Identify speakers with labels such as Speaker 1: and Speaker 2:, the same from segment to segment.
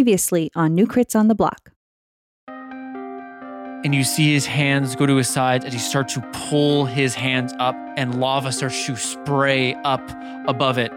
Speaker 1: Previously on New Crits on the Block.
Speaker 2: and you see his hands go to his sides as he starts to pull his hands up and lava starts to spray up above it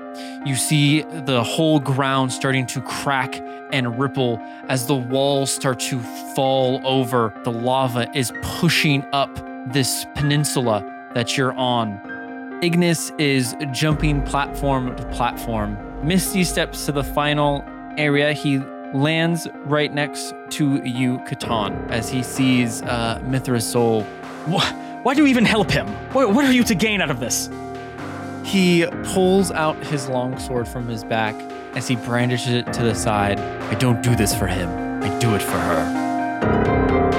Speaker 2: you see the whole ground starting to crack and ripple as the walls start to fall over the lava is pushing up this peninsula that you're on ignis is jumping platform to platform misty steps to the final area he lands right next to you, Catan, as he sees uh, Mithra's soul.
Speaker 3: Wh- Why do you even help him? What, what are you to gain out of this?
Speaker 2: He pulls out his longsword from his back as he brandishes it to the side. I don't do this for him, I do it for her.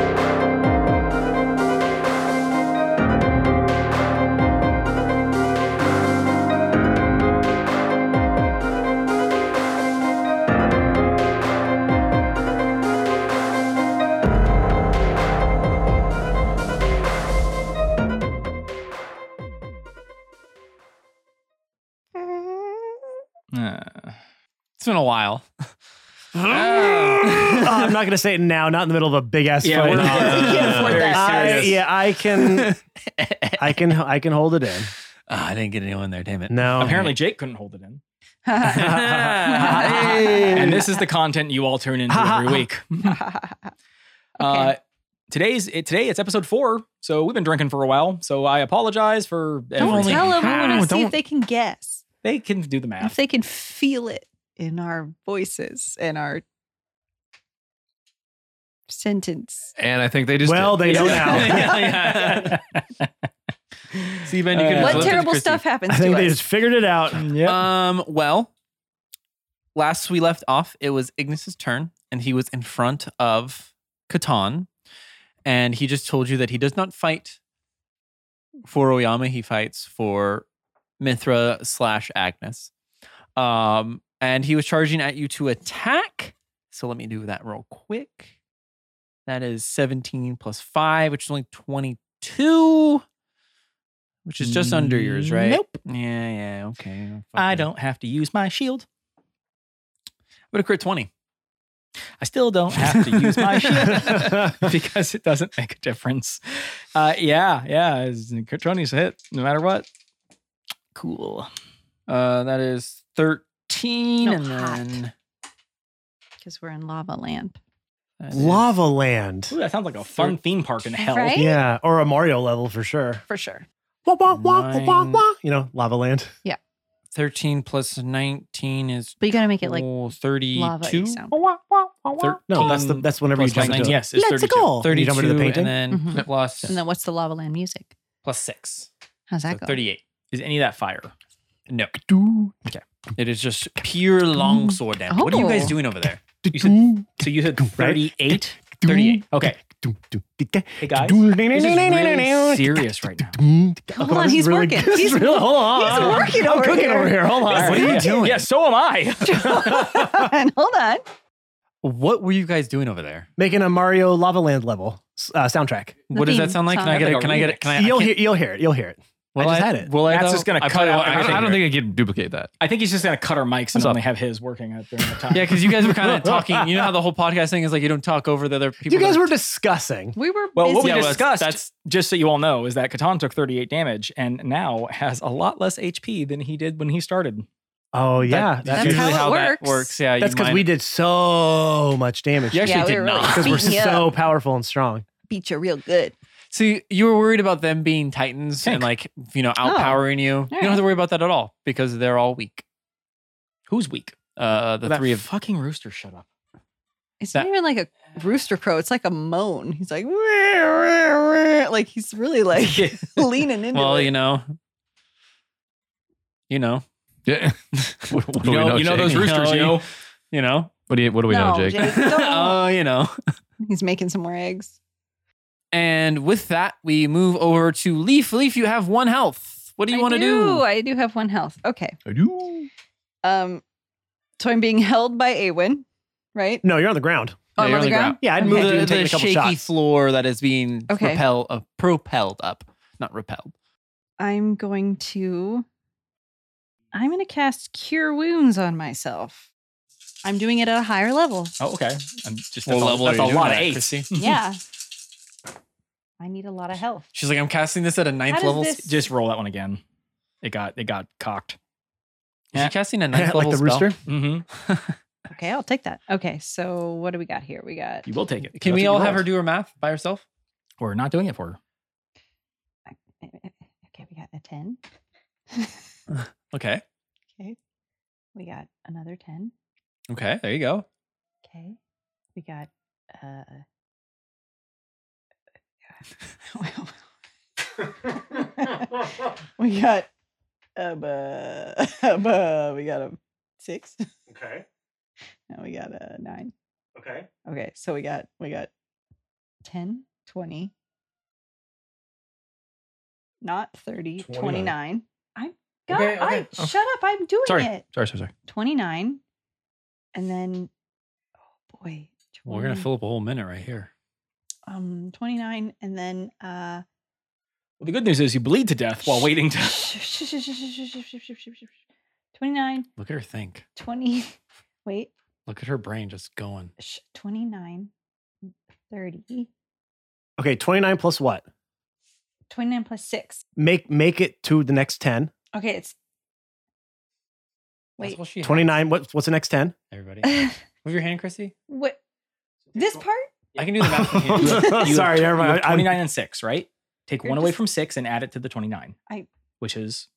Speaker 2: It's been a while.
Speaker 4: Oh, I'm not gonna say it now. Not in the middle of a big ass
Speaker 3: Yeah,
Speaker 4: fight.
Speaker 3: we're not-
Speaker 2: We can't afford
Speaker 3: Very
Speaker 2: that.
Speaker 4: I,
Speaker 3: serious.
Speaker 4: yeah, I can, I can, I can hold it in.
Speaker 2: Ah, I didn't get anyone there, damn it.
Speaker 4: No,
Speaker 3: Apparently, Jake couldn't hold it in.
Speaker 2: Hey.
Speaker 3: And this is the content you all tune into every week. Uh, today's it, today it's episode four, so we've been drinking for a while. So I apologize for
Speaker 5: Don't
Speaker 3: everything.
Speaker 5: tell them. I want
Speaker 2: Ow,
Speaker 5: to see
Speaker 2: don't-
Speaker 5: if they can guess.
Speaker 3: They can do the math.
Speaker 5: If they can feel it in our voices and our sentence.
Speaker 6: And I think they just
Speaker 4: well,
Speaker 6: did.
Speaker 4: they know now.
Speaker 3: yeah, yeah.
Speaker 2: See, Ben, you can
Speaker 3: Uh,
Speaker 2: just
Speaker 3: What
Speaker 5: what
Speaker 2: look at
Speaker 5: terrible
Speaker 2: Christy.
Speaker 5: stuff happens
Speaker 4: I think
Speaker 5: to
Speaker 4: they
Speaker 5: us?
Speaker 4: just figured it out.
Speaker 3: Yep.
Speaker 2: Um. Well, last we left off, it was Ignis's turn, and he was in front of Catan, and he just told you that he does not fight for Oyama. He fights for Mithra slash Agnes. Um, and he was charging at you to attack. So let me do that real quick. That is 17 plus 5, which is only 22, which is just under yours, right?
Speaker 3: Nope.
Speaker 2: Yeah, yeah, okay. fuck
Speaker 3: I
Speaker 2: it.
Speaker 3: don't have to use my shield.
Speaker 2: But a crit 20.
Speaker 3: I still don't have to use my shield because it doesn't make a difference. Uh, yeah, yeah. Katroni's a hit no matter what. Cool.
Speaker 2: Uh, that is 13.
Speaker 5: No,
Speaker 2: and
Speaker 5: hot.
Speaker 2: then
Speaker 5: Because we're in lava land.
Speaker 2: that is-
Speaker 4: Lava Land.
Speaker 3: Ooh, that sounds like a fun theme park in hell.
Speaker 5: Right?
Speaker 4: Yeah, or a Mario level for sure.
Speaker 5: For sure.
Speaker 4: Wah, wah, wah, wah, wah,
Speaker 2: Nine.
Speaker 4: wah. You know, Lava Land.
Speaker 2: 13 plus 19 is
Speaker 5: But you got to make it like
Speaker 2: oh, 32.
Speaker 5: lava sound.
Speaker 4: No, that's the
Speaker 2: 13
Speaker 4: that's whenever you
Speaker 3: Plus
Speaker 4: jump into.
Speaker 3: 19, yes, it's
Speaker 4: Let's
Speaker 3: 32.
Speaker 4: go. You
Speaker 2: 32
Speaker 4: jump into the painting.
Speaker 2: and then
Speaker 3: Mm-hmm.
Speaker 5: Mhm.
Speaker 2: plus-
Speaker 5: And then what's the lava land music?
Speaker 2: plus 6.
Speaker 5: How's
Speaker 2: So
Speaker 5: that go?
Speaker 2: 38.
Speaker 3: Is any of that fire?
Speaker 2: No. Okay. It is just pure long sword damage. What are you guys
Speaker 5: Oh.
Speaker 2: doing over there?
Speaker 3: You said- So you said 38?
Speaker 2: 38.
Speaker 3: Okay. Hey, guys. This is really serious right now.
Speaker 5: Hold on, he's working. He's-
Speaker 4: he's really, hold on.
Speaker 5: he's working
Speaker 4: I'm
Speaker 5: over
Speaker 4: cooking
Speaker 5: here.
Speaker 4: over here. Hold on.
Speaker 3: All right. Yeah. Yeah, so am I.
Speaker 5: and hold on.
Speaker 2: What were you guys doing over there?
Speaker 4: Making a Mario Lava Land level uh, soundtrack.
Speaker 2: what does
Speaker 5: theme
Speaker 2: that sound like? Can I
Speaker 5: song.
Speaker 2: get
Speaker 3: Like
Speaker 2: it?
Speaker 3: a
Speaker 2: Can I get it? Can I? I
Speaker 4: you'll
Speaker 2: can't-
Speaker 4: hear. You'll hear it. You'll hear it.
Speaker 2: Will
Speaker 4: I just
Speaker 2: I-
Speaker 4: had it.
Speaker 2: Will I?
Speaker 3: That's
Speaker 2: though?
Speaker 3: just gonna
Speaker 2: I
Speaker 3: cut
Speaker 2: probably-
Speaker 3: out
Speaker 2: I-
Speaker 6: I,
Speaker 3: everything.
Speaker 6: I don't think I could duplicate that.
Speaker 3: I think he's just going to cut our mics and
Speaker 6: up?
Speaker 3: only have his working at during the time.
Speaker 2: Yeah, because you guys were kind of talking. You know how the whole podcast thing is like you don't talk over the other people.
Speaker 4: You guys
Speaker 2: that-
Speaker 4: were discussing.
Speaker 5: We were
Speaker 3: Well, what we
Speaker 5: busy.
Speaker 2: Yeah, well,
Speaker 3: discussed,
Speaker 2: that's-
Speaker 3: just so you all know, is that Catan took 38 damage and now has a lot less HP than he did when he started.
Speaker 4: Oh yeah,
Speaker 2: That-
Speaker 5: That's
Speaker 4: usually-
Speaker 5: how it
Speaker 2: that
Speaker 5: works.
Speaker 2: works. Yeah, you
Speaker 4: That's because
Speaker 2: mine-
Speaker 4: we did so much damage.
Speaker 2: You actually
Speaker 5: Yeah, we
Speaker 2: did
Speaker 5: were really
Speaker 2: not.
Speaker 4: because we're
Speaker 5: beating you up.
Speaker 4: so powerful and strong.
Speaker 5: beat you real good.
Speaker 2: See, you were worried about them being titans and
Speaker 3: Tank.
Speaker 2: like you know outpowering you. You don't have to worry about that at all because they're all weak.
Speaker 3: Who's weak?
Speaker 2: Uh, the
Speaker 3: That
Speaker 2: three of
Speaker 3: fucking rooster. Shut up.
Speaker 5: It's
Speaker 2: That-
Speaker 5: not even like a rooster crow. It's like a moan. He's like, "Wah, wah, wah." like he's really
Speaker 3: Oh,
Speaker 5: like leaning into
Speaker 2: well,
Speaker 5: it.
Speaker 2: you know, you know,
Speaker 6: Yeah. what, what
Speaker 2: You
Speaker 6: do we
Speaker 2: know-
Speaker 6: know,
Speaker 2: you know
Speaker 6: Jake?
Speaker 2: those roosters, you know? you know.
Speaker 6: What do you, what do we know,
Speaker 5: No,
Speaker 6: Jake?
Speaker 5: Jake. Don't.
Speaker 2: Oh, you know.
Speaker 5: He's making some more eggs.
Speaker 2: And with that, we move over to Leaf. Leaf, you have one health. What do you
Speaker 5: I
Speaker 2: want to do?
Speaker 5: I do have one health. Okay.
Speaker 6: I do.
Speaker 5: Um, so I'm being held by Awen, right?
Speaker 4: No, you're on the ground.
Speaker 5: Oh, I'm
Speaker 2: you're
Speaker 5: on the ground.
Speaker 4: Yeah, I'd
Speaker 5: Okay.
Speaker 4: move
Speaker 5: The-
Speaker 4: you
Speaker 2: the
Speaker 4: and take
Speaker 2: the
Speaker 4: a couple
Speaker 2: shaky
Speaker 4: shots.
Speaker 2: floor that is being
Speaker 5: Okay.
Speaker 2: repel, uh, propelled up, not repelled.
Speaker 5: I'm going to. I'm going to cast Cure Wounds on myself. I'm doing it at a higher level.
Speaker 3: Oh, okay. I'm just
Speaker 2: What
Speaker 3: that's a-
Speaker 2: level
Speaker 3: that's
Speaker 2: are you
Speaker 3: a
Speaker 2: doing
Speaker 3: lot of
Speaker 2: that,
Speaker 3: eights.
Speaker 2: Chrissy?
Speaker 5: Yeah. I need a lot of health.
Speaker 2: She's like, I'm casting this at a ninth
Speaker 5: How does
Speaker 2: level.
Speaker 5: this-
Speaker 3: Just roll that one again. It got it got cocked.
Speaker 2: Is she casting a ninth
Speaker 4: like
Speaker 2: level
Speaker 4: the
Speaker 2: spell?
Speaker 4: rooster.
Speaker 3: Mm-hmm.
Speaker 5: Okay, I'll take that. Okay, so what do we got here? We got.
Speaker 3: You will take it.
Speaker 2: Can we all have her do her math by herself?
Speaker 3: We're not doing it for her.
Speaker 5: Okay, we got a 10.
Speaker 2: Okay.
Speaker 5: Okay. We got another 10.
Speaker 2: Okay. There you go.
Speaker 5: Okay. We got uh well, we got um, uh, um, uh, we got a six.
Speaker 4: Okay.
Speaker 5: Now we got a nine.
Speaker 4: Okay.
Speaker 5: Okay, so we got we got 10, 20, not 30, 29.
Speaker 4: 29.
Speaker 5: I'm God,
Speaker 6: Okay,
Speaker 5: I
Speaker 6: okay, okay.
Speaker 5: shut up, I'm doing
Speaker 6: Sorry.
Speaker 5: it.
Speaker 6: Sorry, sorry, sorry.
Speaker 5: 29 and then oh boy
Speaker 6: We're gonna
Speaker 5: 20,
Speaker 6: fill up a whole minute right here.
Speaker 5: um 29 and then uh
Speaker 3: Well, the good news is you bleed to death while waiting to.
Speaker 5: 29
Speaker 6: Look at her think.
Speaker 5: 20 wait
Speaker 6: Look at her brain just going.
Speaker 5: sh- 29 30
Speaker 4: Okay. Twenty nine plus what?
Speaker 5: 29 plus 6
Speaker 4: Make make it to the next ten.
Speaker 5: okay it's
Speaker 2: That's
Speaker 5: wait
Speaker 2: all she had.
Speaker 4: Twenty nine. What, what's the next ten?
Speaker 6: Everybody,
Speaker 2: Move your hand, Chrissy.
Speaker 5: what this part
Speaker 2: I can do the math. from here.
Speaker 3: You
Speaker 4: Sorry, never
Speaker 3: You have
Speaker 4: mind. I'm-
Speaker 3: 29 and 6, right? Take
Speaker 5: You're
Speaker 3: one away
Speaker 5: just-
Speaker 3: from 6 and add it to the 29.
Speaker 5: I-
Speaker 3: Which is.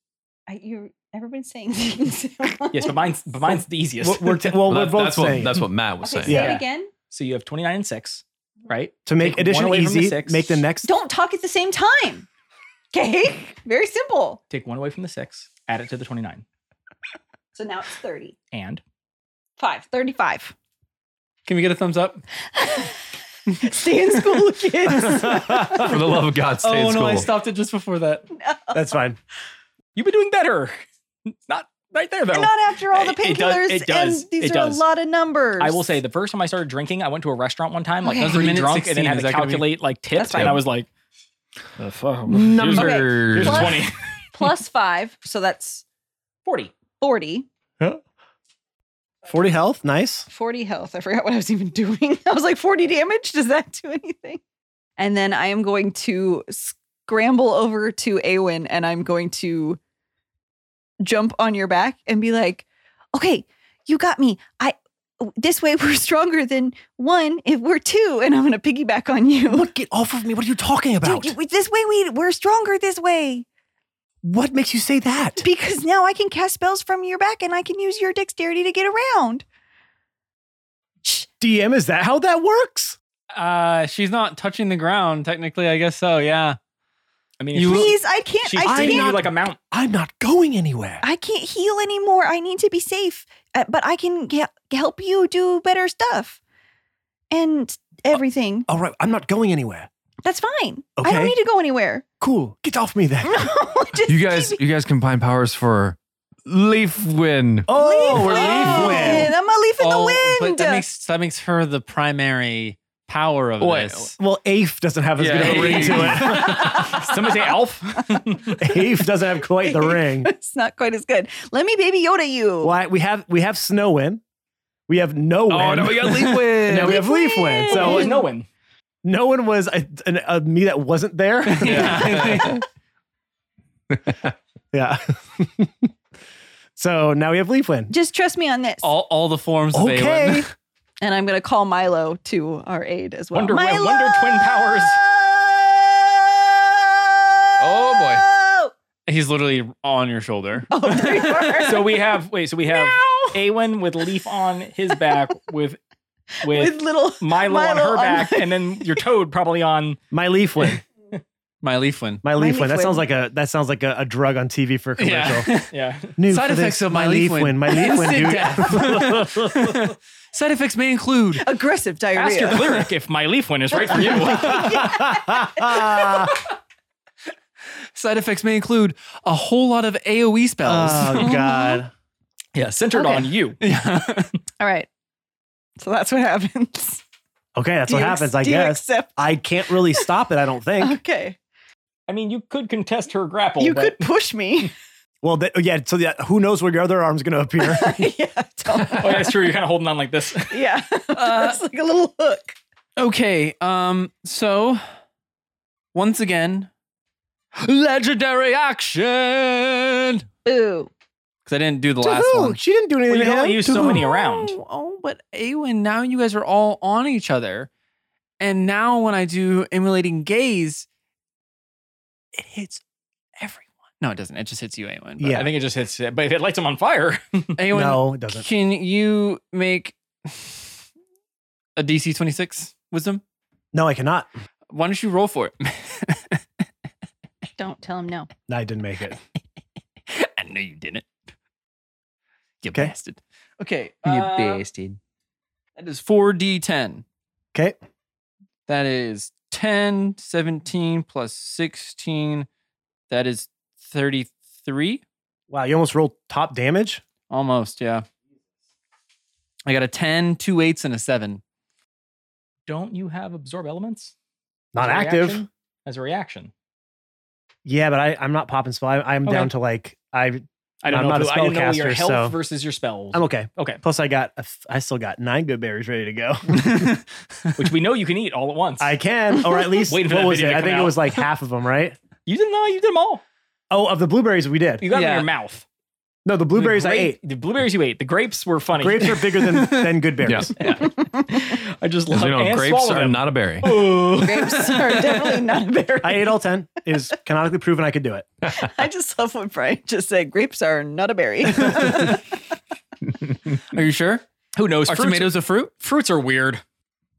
Speaker 5: I, you're everybody's saying things
Speaker 3: Yes, but mine's, but mine's the easiest.
Speaker 4: We're, we're t- well,
Speaker 6: Well,
Speaker 4: we're
Speaker 6: that-
Speaker 4: both
Speaker 6: that's
Speaker 4: saying
Speaker 6: what that's what Matt was
Speaker 5: okay say
Speaker 6: saying.
Speaker 4: Yeah.
Speaker 5: it again
Speaker 3: so you have 29 and 6, right?
Speaker 4: to make
Speaker 3: Take one
Speaker 4: addition
Speaker 3: away from the
Speaker 4: easy.
Speaker 3: six.
Speaker 4: make the next.
Speaker 5: don't talk at the same time okay very simple
Speaker 3: Take one away from the 6, add it to the 29.
Speaker 5: so now it's 30
Speaker 3: And
Speaker 5: Five, 35.
Speaker 2: Can we get a thumbs up?
Speaker 5: Stay in school, kids.
Speaker 6: For the love of God, stay
Speaker 2: oh
Speaker 6: in
Speaker 2: no,
Speaker 6: school.
Speaker 2: I stopped it just before that.
Speaker 4: That's fine.
Speaker 3: you've been doing better. Not right there, though.
Speaker 5: Not after all the
Speaker 3: Oh, It- it does-
Speaker 5: painkillers.
Speaker 3: it does,
Speaker 5: And these
Speaker 3: it
Speaker 5: are
Speaker 3: does.
Speaker 5: a lot of numbers.
Speaker 3: I will say the first time I started drinking, I went to a restaurant one time, like
Speaker 5: Okay.
Speaker 3: pretty
Speaker 2: Minute
Speaker 3: drunk, and
Speaker 2: 16,
Speaker 3: then had
Speaker 2: is
Speaker 3: to
Speaker 2: that gonna be-
Speaker 3: calculate like tips,
Speaker 6: fine.
Speaker 3: and I was like,
Speaker 6: Numbers.
Speaker 3: "Here's a
Speaker 5: Plus-
Speaker 3: 20.
Speaker 5: Plus five. So that's
Speaker 3: 40.
Speaker 5: 40.
Speaker 4: Forty health. Nice.
Speaker 5: 40 health. I forgot what I was even doing. I was like, 40 damage? Does that do anything? And then I am going to scramble over to Awen and I'm going to jump on your back and be like, okay, you got me. I this way we're stronger than one if we're two and I'm gonna piggyback on you.
Speaker 4: What? Get off of me. What are you talking about?
Speaker 5: Dude, you- this way we we're stronger this way.
Speaker 4: what makes you say that?
Speaker 5: Because now I can cast spells from your back and I can use your dexterity to get around.
Speaker 4: DM, is that how that works?
Speaker 2: Uh, she's not touching the ground technically. I guess so. Yeah.
Speaker 3: I mean,
Speaker 2: You-
Speaker 3: you,
Speaker 5: Please, I can't
Speaker 3: she's
Speaker 5: I
Speaker 4: I'm
Speaker 5: can't
Speaker 3: treating you
Speaker 4: not-
Speaker 3: like a mount.
Speaker 4: I'm not going anywhere.
Speaker 5: I can't heal anymore. I need to be safe, uh, but I can ge- help you do better stuff and everything.
Speaker 4: All right, I'm not going anywhere.
Speaker 5: That's fine. I
Speaker 4: Okay.
Speaker 5: don't need to go anywhere.
Speaker 4: Cool. Get off me then.
Speaker 5: No, just
Speaker 6: You guys,
Speaker 5: keep-
Speaker 6: you guys combine powers for leaf win.
Speaker 4: Oh, we're
Speaker 5: Leaf
Speaker 4: leaf
Speaker 5: wind.
Speaker 4: win.
Speaker 5: I'm a leaf in the wind.
Speaker 2: Oh, But that makes that makes her the primary power of
Speaker 6: Wait,
Speaker 2: this.
Speaker 4: Well, Afe doesn't have as
Speaker 2: Yeah.
Speaker 4: good of a ring to
Speaker 3: Somebody say elf.
Speaker 4: it. Afe doesn't have quite the ring.
Speaker 5: it's not quite as good. Let me baby Yoda you.
Speaker 4: Why we have we have snow win. We have no win.
Speaker 6: Oh no, we got leaf win.
Speaker 4: And now we have leaf win.
Speaker 3: So
Speaker 4: So
Speaker 3: there's no one.
Speaker 4: no one was a, an- a me that wasn't there.
Speaker 2: Yeah.
Speaker 4: yeah. so now we have leaf win.
Speaker 5: Just trust me on this.
Speaker 2: all all the forms of
Speaker 4: Okay.
Speaker 2: Aelin.
Speaker 5: and I'm going to call Milo to our aid as well.
Speaker 3: Wonder,
Speaker 5: Milo!
Speaker 3: Wonder Twin powers.
Speaker 6: Oh
Speaker 2: He's literally on your shoulder.
Speaker 5: Oh, there you are.
Speaker 3: So we have wait. So we have Awen with leaf on his back with with,
Speaker 5: with little
Speaker 3: Milo, on
Speaker 5: Milo
Speaker 3: her
Speaker 5: on
Speaker 3: back,
Speaker 5: my-
Speaker 3: and then your toad probably on.
Speaker 4: My leaf win.
Speaker 2: My leaf win.
Speaker 4: My leaf
Speaker 5: leaf
Speaker 4: win. That sounds
Speaker 5: win.
Speaker 4: like a that sounds like a, a drug on TV for a commercial.
Speaker 3: Yeah.
Speaker 4: New
Speaker 2: Side
Speaker 4: for this,
Speaker 2: effects of my leaf win.
Speaker 4: My leaf win,
Speaker 2: Instant
Speaker 4: dude.
Speaker 2: death. Side effects may include
Speaker 5: aggressive
Speaker 3: Ask your
Speaker 5: diarrhea.
Speaker 3: cleric if my leaf win is right for you.
Speaker 2: side effects may include a whole lot of AoE spells.
Speaker 4: oh God.
Speaker 3: yeah, centered
Speaker 5: Okay.
Speaker 3: on you.
Speaker 2: yeah.
Speaker 5: All right. So that's what happens.
Speaker 4: Okay, that's
Speaker 5: Do
Speaker 4: what
Speaker 5: you
Speaker 4: happens.
Speaker 5: ex-
Speaker 4: I
Speaker 5: do you
Speaker 4: guess
Speaker 5: accept?
Speaker 4: I can't really stop it. I don't think.
Speaker 5: Okay.
Speaker 3: I mean, you could contest her grapple.
Speaker 5: you
Speaker 3: but
Speaker 5: could push me.
Speaker 4: Well, that, yeah. So yeah, who knows where your other arm's going to appear?
Speaker 5: yeah, don't.
Speaker 3: Oh, that's true. You're kind of holding on like this.
Speaker 5: yeah.
Speaker 3: Uh,
Speaker 5: it's like a little hook.
Speaker 2: Okay, um, so once again, legendary action.
Speaker 5: Boo.
Speaker 2: Because I didn't do the
Speaker 4: To
Speaker 2: last
Speaker 4: who?
Speaker 2: one.
Speaker 4: She didn't do
Speaker 3: Well,
Speaker 4: anything.
Speaker 3: you
Speaker 4: to
Speaker 3: can only
Speaker 4: him.
Speaker 3: use
Speaker 4: To
Speaker 3: so
Speaker 4: who?
Speaker 3: many around.
Speaker 2: Oh, oh, but Awen, now you guys are all on each other, and now when I do emulating gaze, it hits everyone. No, it doesn't. It just hits you, Awen. but-
Speaker 4: Yeah.
Speaker 3: I think it just hits it. But if it lights them on fire,
Speaker 2: Awen,
Speaker 4: No, it doesn't.
Speaker 2: can you make a DC twenty six wisdom?
Speaker 4: No, I cannot.
Speaker 2: Why don't you roll for it?
Speaker 5: Don't tell him no.
Speaker 4: No, I didn't make it.
Speaker 2: I know you didn't. You
Speaker 4: Okay.
Speaker 2: bastard. Okay.
Speaker 7: You
Speaker 2: uh,
Speaker 7: bastard.
Speaker 2: That is 4d10.
Speaker 4: Okay.
Speaker 2: That is 10, 17 plus 16. That is 33.
Speaker 4: Wow, you almost rolled top damage.
Speaker 2: Almost, yeah. I got a 10, two eights, and a seven.
Speaker 3: don't you have absorb elements?
Speaker 4: Not
Speaker 3: as a
Speaker 4: active.
Speaker 3: reaction? As a reaction.
Speaker 4: Yeah, but I, I'm not popping spell. I, I'm
Speaker 3: Okay.
Speaker 4: down to like I.
Speaker 3: I don't
Speaker 4: I'm
Speaker 3: know.
Speaker 4: not a
Speaker 3: who- I don't know your
Speaker 4: spellcaster,
Speaker 3: health
Speaker 4: so-
Speaker 3: versus your spells,
Speaker 4: I'm okay.
Speaker 3: Okay.
Speaker 4: Plus, I got. a f- I still got nine good berries ready to go.
Speaker 3: which we know you can eat all at once.
Speaker 4: I can, or at least
Speaker 3: Waiting for
Speaker 4: what
Speaker 3: that
Speaker 4: was
Speaker 3: video
Speaker 4: it?
Speaker 3: to
Speaker 4: I
Speaker 3: come
Speaker 4: think
Speaker 3: out.
Speaker 4: it was like half of them, right?
Speaker 3: you didn't know you did them all.
Speaker 4: Oh, of the blueberries we did.
Speaker 3: You got them
Speaker 2: Yeah.
Speaker 3: in your mouth.
Speaker 4: No, the
Speaker 3: The
Speaker 4: blueberries I
Speaker 3: grape-
Speaker 4: ate.
Speaker 3: The blueberries you ate. The grapes were funny.
Speaker 4: Grapes are bigger than than good berries.
Speaker 3: I just
Speaker 6: As
Speaker 3: love
Speaker 6: we know,
Speaker 3: and
Speaker 6: grapes
Speaker 3: swallow
Speaker 6: are
Speaker 3: them.
Speaker 6: not a berry.
Speaker 3: Oh.
Speaker 5: Grapes are definitely not a berry.
Speaker 4: I ate all ten. It is canonically proven I could do it.
Speaker 5: I just love what Brian just said. Grapes are not a berry.
Speaker 2: Are you sure?
Speaker 3: Who knows?
Speaker 2: Are
Speaker 3: Fruits,
Speaker 2: tomatoes a fruit?
Speaker 3: fruits are weird.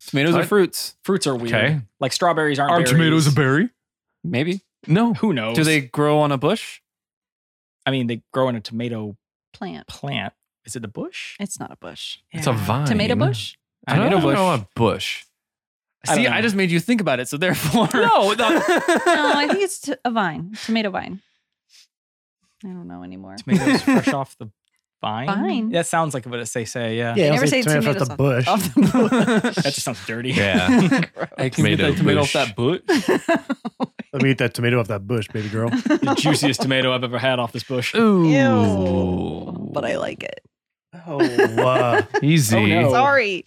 Speaker 2: Tomatoes are
Speaker 6: What?
Speaker 2: fruits.
Speaker 3: Fruits are weird.
Speaker 6: Okay.
Speaker 3: Like strawberries aren't. berries.
Speaker 6: berry?
Speaker 2: Maybe.
Speaker 6: No.
Speaker 3: Who knows?
Speaker 2: Do they grow on a bush?
Speaker 3: I mean, they grow in a tomato
Speaker 5: Plant.
Speaker 3: plant. Is it the bush?
Speaker 5: It's not a bush.
Speaker 6: It's a vine.
Speaker 5: Tomato bush?
Speaker 6: I don't
Speaker 2: Tomato
Speaker 6: know
Speaker 2: bush.
Speaker 6: a bush.
Speaker 3: I don't
Speaker 2: See,
Speaker 3: know.
Speaker 2: I just made you think about it, so therefore.
Speaker 3: No, the-
Speaker 5: No, Um, I think it's t- a vine. Tomato vine. I don't know anymore.
Speaker 3: tomatoes fresh off the vine.
Speaker 5: Vine.
Speaker 3: That sounds like what it say. Say yeah.
Speaker 4: Yeah, I
Speaker 5: never
Speaker 4: don't
Speaker 5: say
Speaker 4: tomatoes off the
Speaker 5: tomatoes
Speaker 4: bush.
Speaker 5: off the
Speaker 3: That just sounds dirty.
Speaker 6: Yeah.
Speaker 2: I can get
Speaker 6: Tomato
Speaker 2: that tomato off
Speaker 6: bush.
Speaker 2: that bush.
Speaker 4: Let me eat that tomato off that bush, baby girl.
Speaker 3: the juiciest tomato I've ever had off this bush.
Speaker 5: Ew. But I like it.
Speaker 4: Oh, uh,
Speaker 6: Easy.
Speaker 3: Oh, no.
Speaker 5: Sorry.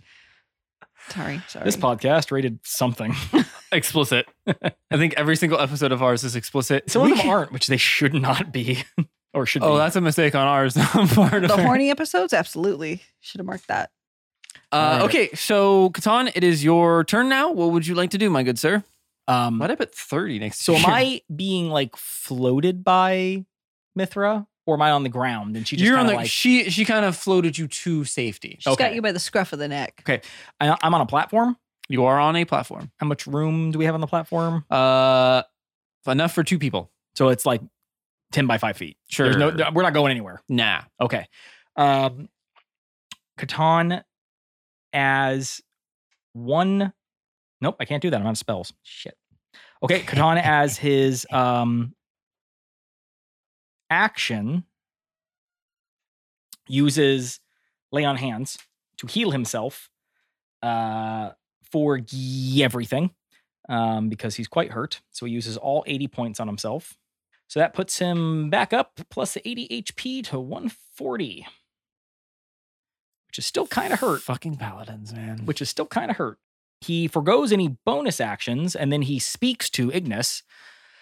Speaker 5: Sorry. Sorry.
Speaker 3: This podcast rated something.
Speaker 2: explicit. I think every single episode of ours is explicit.
Speaker 3: Some
Speaker 2: We
Speaker 3: of them
Speaker 2: can-
Speaker 3: aren't, which they should not be, or should
Speaker 2: Oh,
Speaker 3: be.
Speaker 2: that's a mistake on ours. on part of
Speaker 5: the
Speaker 2: our-
Speaker 5: horny episodes? Absolutely. Should have marked that.
Speaker 2: Uh,
Speaker 3: Alright.
Speaker 2: Okay, so Catan, it is your turn now. What would you like to do, my good sir?
Speaker 3: um,
Speaker 2: Might I bet thirty next?
Speaker 3: so am
Speaker 2: year?
Speaker 3: I being like floated by Mithra, or am I on the ground? And she just
Speaker 2: You're on
Speaker 3: kinda
Speaker 2: the.
Speaker 3: like
Speaker 2: she she kind of floated you to safety.
Speaker 5: She's got
Speaker 3: Okay.
Speaker 5: you by the scruff of the neck.
Speaker 3: I, I'm on a platform.
Speaker 2: You are on a platform.
Speaker 3: How much room do we have on the platform?
Speaker 2: Uh, enough for two people.
Speaker 3: So it's like ten by five feet.
Speaker 2: Sure.
Speaker 3: There's no, we're not going anywhere.
Speaker 2: nah.
Speaker 3: Okay. Um, Catan as one. Nope, I can't do that. I'm out of spells. Shit. Okay, Catan as his um action uses lay on hands to heal himself uh for ye- everything um because he's quite hurt. So he uses all 80 points on himself. So that puts him back up plus the 80 HP to 140, which is still kind of hurt.
Speaker 2: Fucking paladins, man.
Speaker 3: Which is still kind of hurt. He forgoes any bonus actions and then he speaks to Ignis.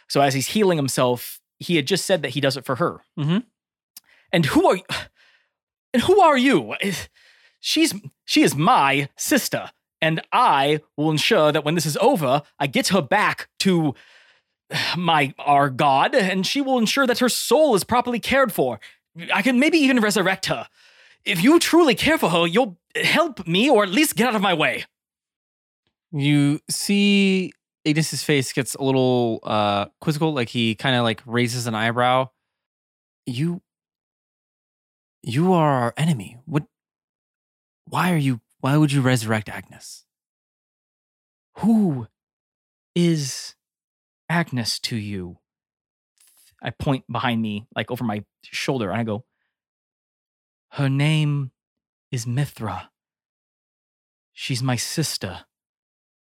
Speaker 3: So as he's healing himself, he had just said that he does it for her.
Speaker 2: Mhm.
Speaker 3: And who are you? And who are you? She's she is my sister, and I will ensure that when this is over, I get her back to my our god, and she will ensure that her soul is properly cared for. I can maybe even resurrect her. If you truly care for her, you'll help me or at least get out of my way.
Speaker 2: You see Ignis's face gets a little uh quizzical, like he kind of like raises an eyebrow. You You are our enemy. What why are you why would you resurrect Agnes?
Speaker 3: Who is Agnes to you? I point behind me, like over my shoulder, and I go, Her name is Mithra. She's my sister.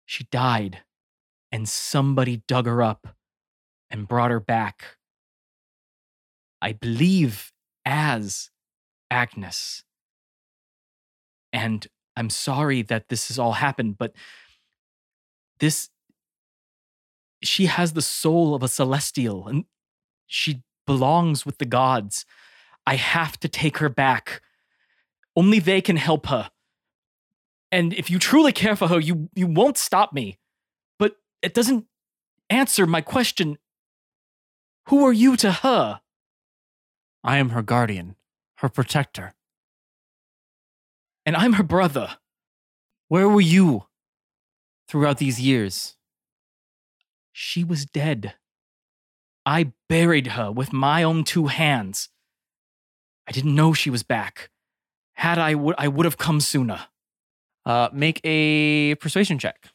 Speaker 3: She died, and somebody dug her up and brought her back I believe, as Agnes. And I'm sorry that this has all happened, but this. She has the soul of a celestial and she belongs with the gods. I have to take her back. Only they can help her. And if you truly care for her, you, you won't stop me. But it doesn't answer my question Who are you to her?
Speaker 2: I am her guardian, her protector.
Speaker 3: And I'm her brother.
Speaker 2: Where were you throughout these years?
Speaker 3: She was dead. I buried her with my own two hands. I didn't know she was back. Had I, would I would have come sooner.
Speaker 2: Uh, make a persuasion check.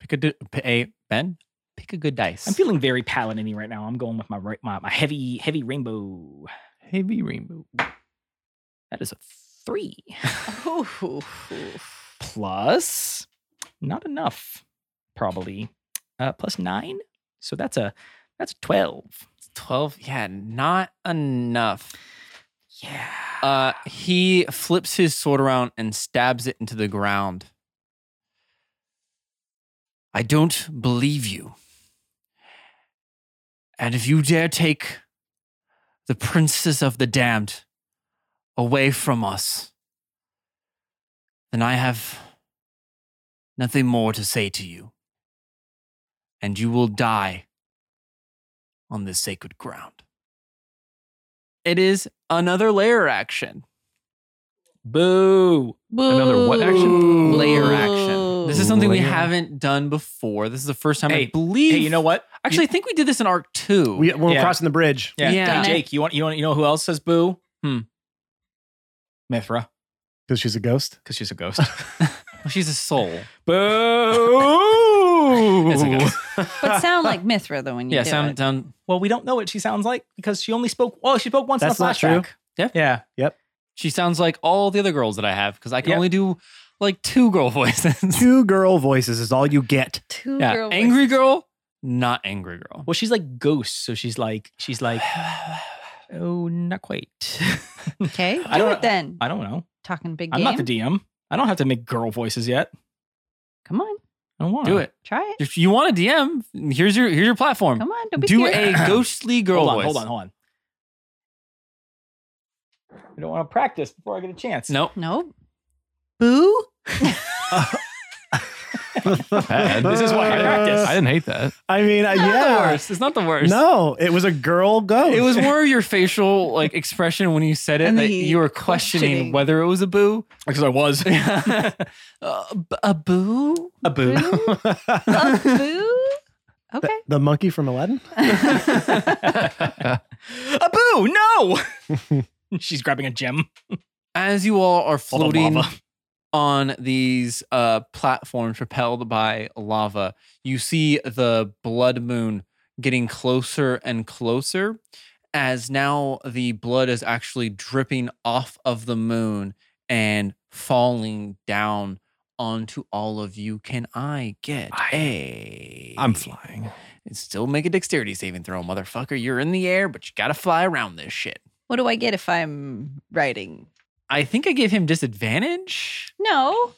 Speaker 2: Pick a, di- p- a Ben. Pick a good dice.
Speaker 3: I'm feeling very paladin right now. I'm going with my, ra- my my heavy heavy rainbow.
Speaker 6: Heavy rainbow.
Speaker 3: That is a three
Speaker 5: Ooh.
Speaker 3: plus, not enough, probably. Uh, plus nine, so that's a that's twelve.
Speaker 2: twelve. Yeah, not enough.
Speaker 3: Yeah.
Speaker 2: Uh, he flips his sword around and stabs it into the ground. I don't believe you. And if you dare take the princess of the damned away from us, then I have nothing more to say to you. And you will die on this sacred ground. It is another layer action.
Speaker 3: Boo.
Speaker 6: Another what action?
Speaker 2: layer action. This is something we
Speaker 6: Layer.
Speaker 2: haven't done before. This is the first time I
Speaker 3: Hey,
Speaker 2: believe.
Speaker 3: Hey, you know what?
Speaker 2: Actually, I think we did this in arc two.
Speaker 4: We, when we're
Speaker 3: Yeah.
Speaker 4: crossing the bridge.
Speaker 3: yeah,
Speaker 2: yeah.
Speaker 3: Hey, Jake, you want you want you know who else says boo?
Speaker 2: Hmm.
Speaker 3: Mithra,
Speaker 4: Because she's a ghost.
Speaker 3: because she's a ghost.
Speaker 2: Well, she's a soul.
Speaker 3: boo.
Speaker 2: It's a ghost.
Speaker 5: But sound like Mithra though when you
Speaker 2: yeah,
Speaker 5: do
Speaker 2: sound
Speaker 5: it.
Speaker 2: sound.
Speaker 3: Well, we don't know what she sounds like because she only spoke. Well, she spoke once
Speaker 4: That's
Speaker 3: in a
Speaker 4: not true.
Speaker 3: flashback.
Speaker 2: Yeah.
Speaker 3: Yeah.
Speaker 2: She sounds like all the other girls that I have because I can
Speaker 3: Yeah.
Speaker 2: only do like two girl voices.
Speaker 4: Two girl voices is all you get.
Speaker 5: Two
Speaker 2: yeah,
Speaker 5: girl
Speaker 2: angry
Speaker 5: voices.
Speaker 2: girl, not angry girl.
Speaker 3: Well, she's like ghost, so she's like she's like. Oh, not quite.
Speaker 5: Okay.
Speaker 3: I
Speaker 5: do
Speaker 3: don't-
Speaker 5: it then.
Speaker 3: I don't know.
Speaker 5: Talking big
Speaker 3: I'm
Speaker 5: game.
Speaker 3: not the DM. I don't have to make girl voices yet.
Speaker 5: Come on.
Speaker 3: I don't want
Speaker 2: Do it
Speaker 5: Try it.
Speaker 2: if you want a DM. Here's your here's your platform.
Speaker 5: Come on. Don't be
Speaker 2: Do a
Speaker 5: scared.
Speaker 2: ghostly girl
Speaker 3: Hold on,
Speaker 2: voice.
Speaker 3: hold on, hold on. I don't want to practice before I get a chance.
Speaker 2: Nope.
Speaker 5: Nope. Boo.
Speaker 6: This
Speaker 3: is why I practice.
Speaker 6: I didn't hate that.
Speaker 4: I mean, I,
Speaker 2: It's not the
Speaker 4: yeah.
Speaker 2: worst. It's not the worst.
Speaker 4: No, it was a girl ghost.
Speaker 2: It was more of your facial like expression when you said it
Speaker 5: And
Speaker 2: that
Speaker 5: the
Speaker 2: you were questioning,
Speaker 5: questioning.
Speaker 2: whether it was a boo.
Speaker 3: because I was
Speaker 2: uh, b- a boo?
Speaker 3: a boo.
Speaker 5: A boo.
Speaker 4: the,
Speaker 5: Oh, Okay.
Speaker 4: the monkey from Aladdin.
Speaker 3: a boo. No. She's grabbing a gem.
Speaker 2: As you all are
Speaker 3: Full of
Speaker 2: floating
Speaker 3: lava.
Speaker 2: on these uh, platforms propelled by lava, you see the blood moon getting closer and closer as now the blood is actually dripping off of the moon and falling down onto all of you. Can I get a?
Speaker 6: I'm flying.
Speaker 2: Still make a dexterity saving throw, motherfucker. You're in the air, but you gotta fly around this shit.
Speaker 5: What do I get if I'm writing?
Speaker 2: I think I gave him disadvantage.
Speaker 5: No.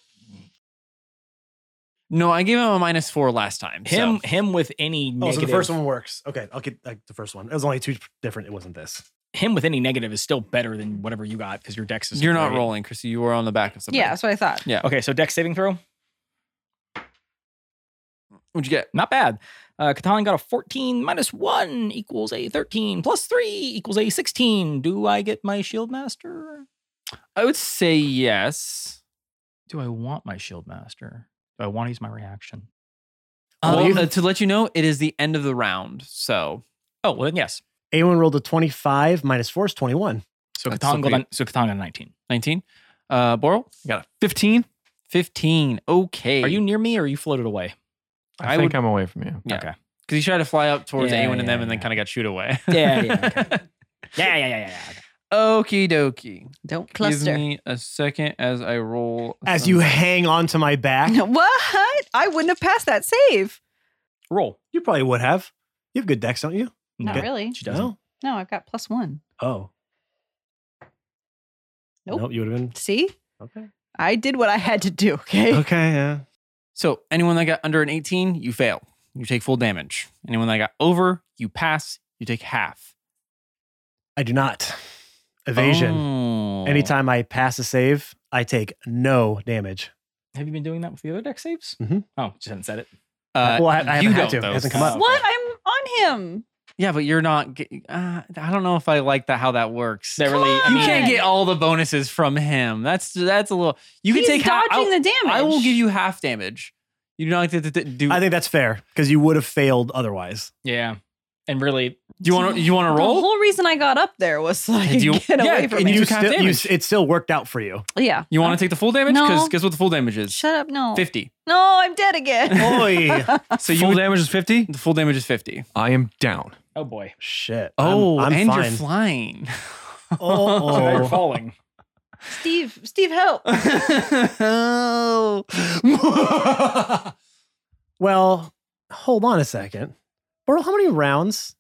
Speaker 2: No, I gave him a minus four last time. so-
Speaker 3: Him, him with any
Speaker 4: Oh,
Speaker 3: negative.
Speaker 4: so the first one works. Okay, I'll get like the first one. It was only two different. It wasn't this.
Speaker 3: Him with any negative is still better than whatever you got because your dex is.
Speaker 2: You're not
Speaker 3: great.
Speaker 2: rolling, Chrissy. You were on the back of somebody.
Speaker 5: Yeah, that's what I thought.
Speaker 3: Okay, so dex saving throw.
Speaker 2: What'd you get?
Speaker 3: Not bad. Uh, Catan got a 14 minus 1 equals a 13 plus 3 equals a 16. Do I get my shield master?
Speaker 2: I would say yes.
Speaker 3: Do I want my shield master? Do I want to use my reaction?
Speaker 2: Well,
Speaker 4: Believe-
Speaker 2: uh, to let you know, it is the end of the round. So
Speaker 3: Oh, well, then yes.
Speaker 4: A1 rolled a 25 minus 4 is 21.
Speaker 3: So
Speaker 2: That's
Speaker 3: Catan,
Speaker 2: so
Speaker 3: got a, so Catan got a 19.
Speaker 2: 19. Uh, Boral?
Speaker 6: I got a 15.
Speaker 2: 15. Okay.
Speaker 3: Are you near me or are you floated away?
Speaker 6: I,
Speaker 2: I
Speaker 6: think
Speaker 2: would-
Speaker 6: I'm away from you.
Speaker 2: Yeah.
Speaker 3: Okay.
Speaker 2: Because he tried to fly up towards
Speaker 3: Yeah,
Speaker 2: anyone and
Speaker 3: yeah,
Speaker 2: them and then
Speaker 3: yeah.
Speaker 2: kind of got shooed away.
Speaker 3: Yeah, yeah, okay. Yeah, yeah, yeah, yeah. yeah.
Speaker 2: Okie dokie.
Speaker 5: Don't
Speaker 2: Give
Speaker 5: cluster.
Speaker 2: me a second as I roll.
Speaker 4: As
Speaker 2: some-
Speaker 4: you hang on to my back,
Speaker 5: What? I wouldn't have passed that save.
Speaker 3: Roll.
Speaker 4: you probably would have. You have good decks, don't you?
Speaker 5: Not
Speaker 4: Okay.
Speaker 5: really.
Speaker 3: She doesn't.
Speaker 4: No?
Speaker 5: No, I've got plus one.
Speaker 4: Oh.
Speaker 5: Nope.
Speaker 4: Nope. You would have been
Speaker 5: See?
Speaker 4: okay.
Speaker 5: I did what I had to do, okay?
Speaker 4: Okay. Yeah.
Speaker 2: So anyone that got under an 18, you fail. You take full damage. Anyone that got over, you pass. You take half.
Speaker 4: I do not. Evasion.
Speaker 2: Oh.
Speaker 4: Anytime I pass a save, I take no damage.
Speaker 3: Have you been doing that with the other deck saves?
Speaker 2: Mm-hmm.
Speaker 4: Mhm.
Speaker 3: Oh, just haven't said it.
Speaker 2: Uh,
Speaker 4: well, I, I haven't
Speaker 2: you
Speaker 4: had
Speaker 2: don't,
Speaker 4: to.
Speaker 2: though.
Speaker 4: It hasn't come up.
Speaker 5: What? I'm on him.
Speaker 2: yeah, but you're not. ge- Uh, I don't know if I like that how that works.
Speaker 3: That really, I
Speaker 5: Come
Speaker 2: you
Speaker 3: mean,
Speaker 5: on.
Speaker 2: can't get all the bonuses from him. That's that's a little. You
Speaker 5: He's
Speaker 2: can take half.
Speaker 5: dodging
Speaker 2: I'll-
Speaker 5: the damage.
Speaker 2: I will give you half damage. You don't have to, to- to do.
Speaker 4: I think that's fair because you would have failed otherwise.
Speaker 3: yeah. And really,
Speaker 2: do you want to? You want to
Speaker 5: The
Speaker 2: roll?
Speaker 5: whole reason I got up there was so I
Speaker 2: Did
Speaker 5: could
Speaker 2: you-
Speaker 5: get
Speaker 2: yeah,
Speaker 5: away from
Speaker 2: and
Speaker 5: it.
Speaker 2: you- took half
Speaker 4: still,
Speaker 2: damage.
Speaker 4: it still worked out for you.
Speaker 5: yeah.
Speaker 2: You want to take the full damage?
Speaker 5: No.
Speaker 2: Because guess what the full damage is?
Speaker 5: Shut up. No.
Speaker 2: Fifty.
Speaker 5: No, I'm dead again.
Speaker 4: Oi.
Speaker 2: So you
Speaker 6: Full
Speaker 2: would-
Speaker 6: damage is 50.
Speaker 2: the full damage is fifty.
Speaker 6: I am down.
Speaker 3: oh boy,
Speaker 4: Shit. I'm-
Speaker 2: Oh,
Speaker 4: I'm,
Speaker 2: and
Speaker 4: fine.
Speaker 2: you're flying.
Speaker 3: So now you're
Speaker 4: oh,
Speaker 3: falling.
Speaker 5: Steve, Steve, help.
Speaker 4: well, hold on a second. Burl, how many rounds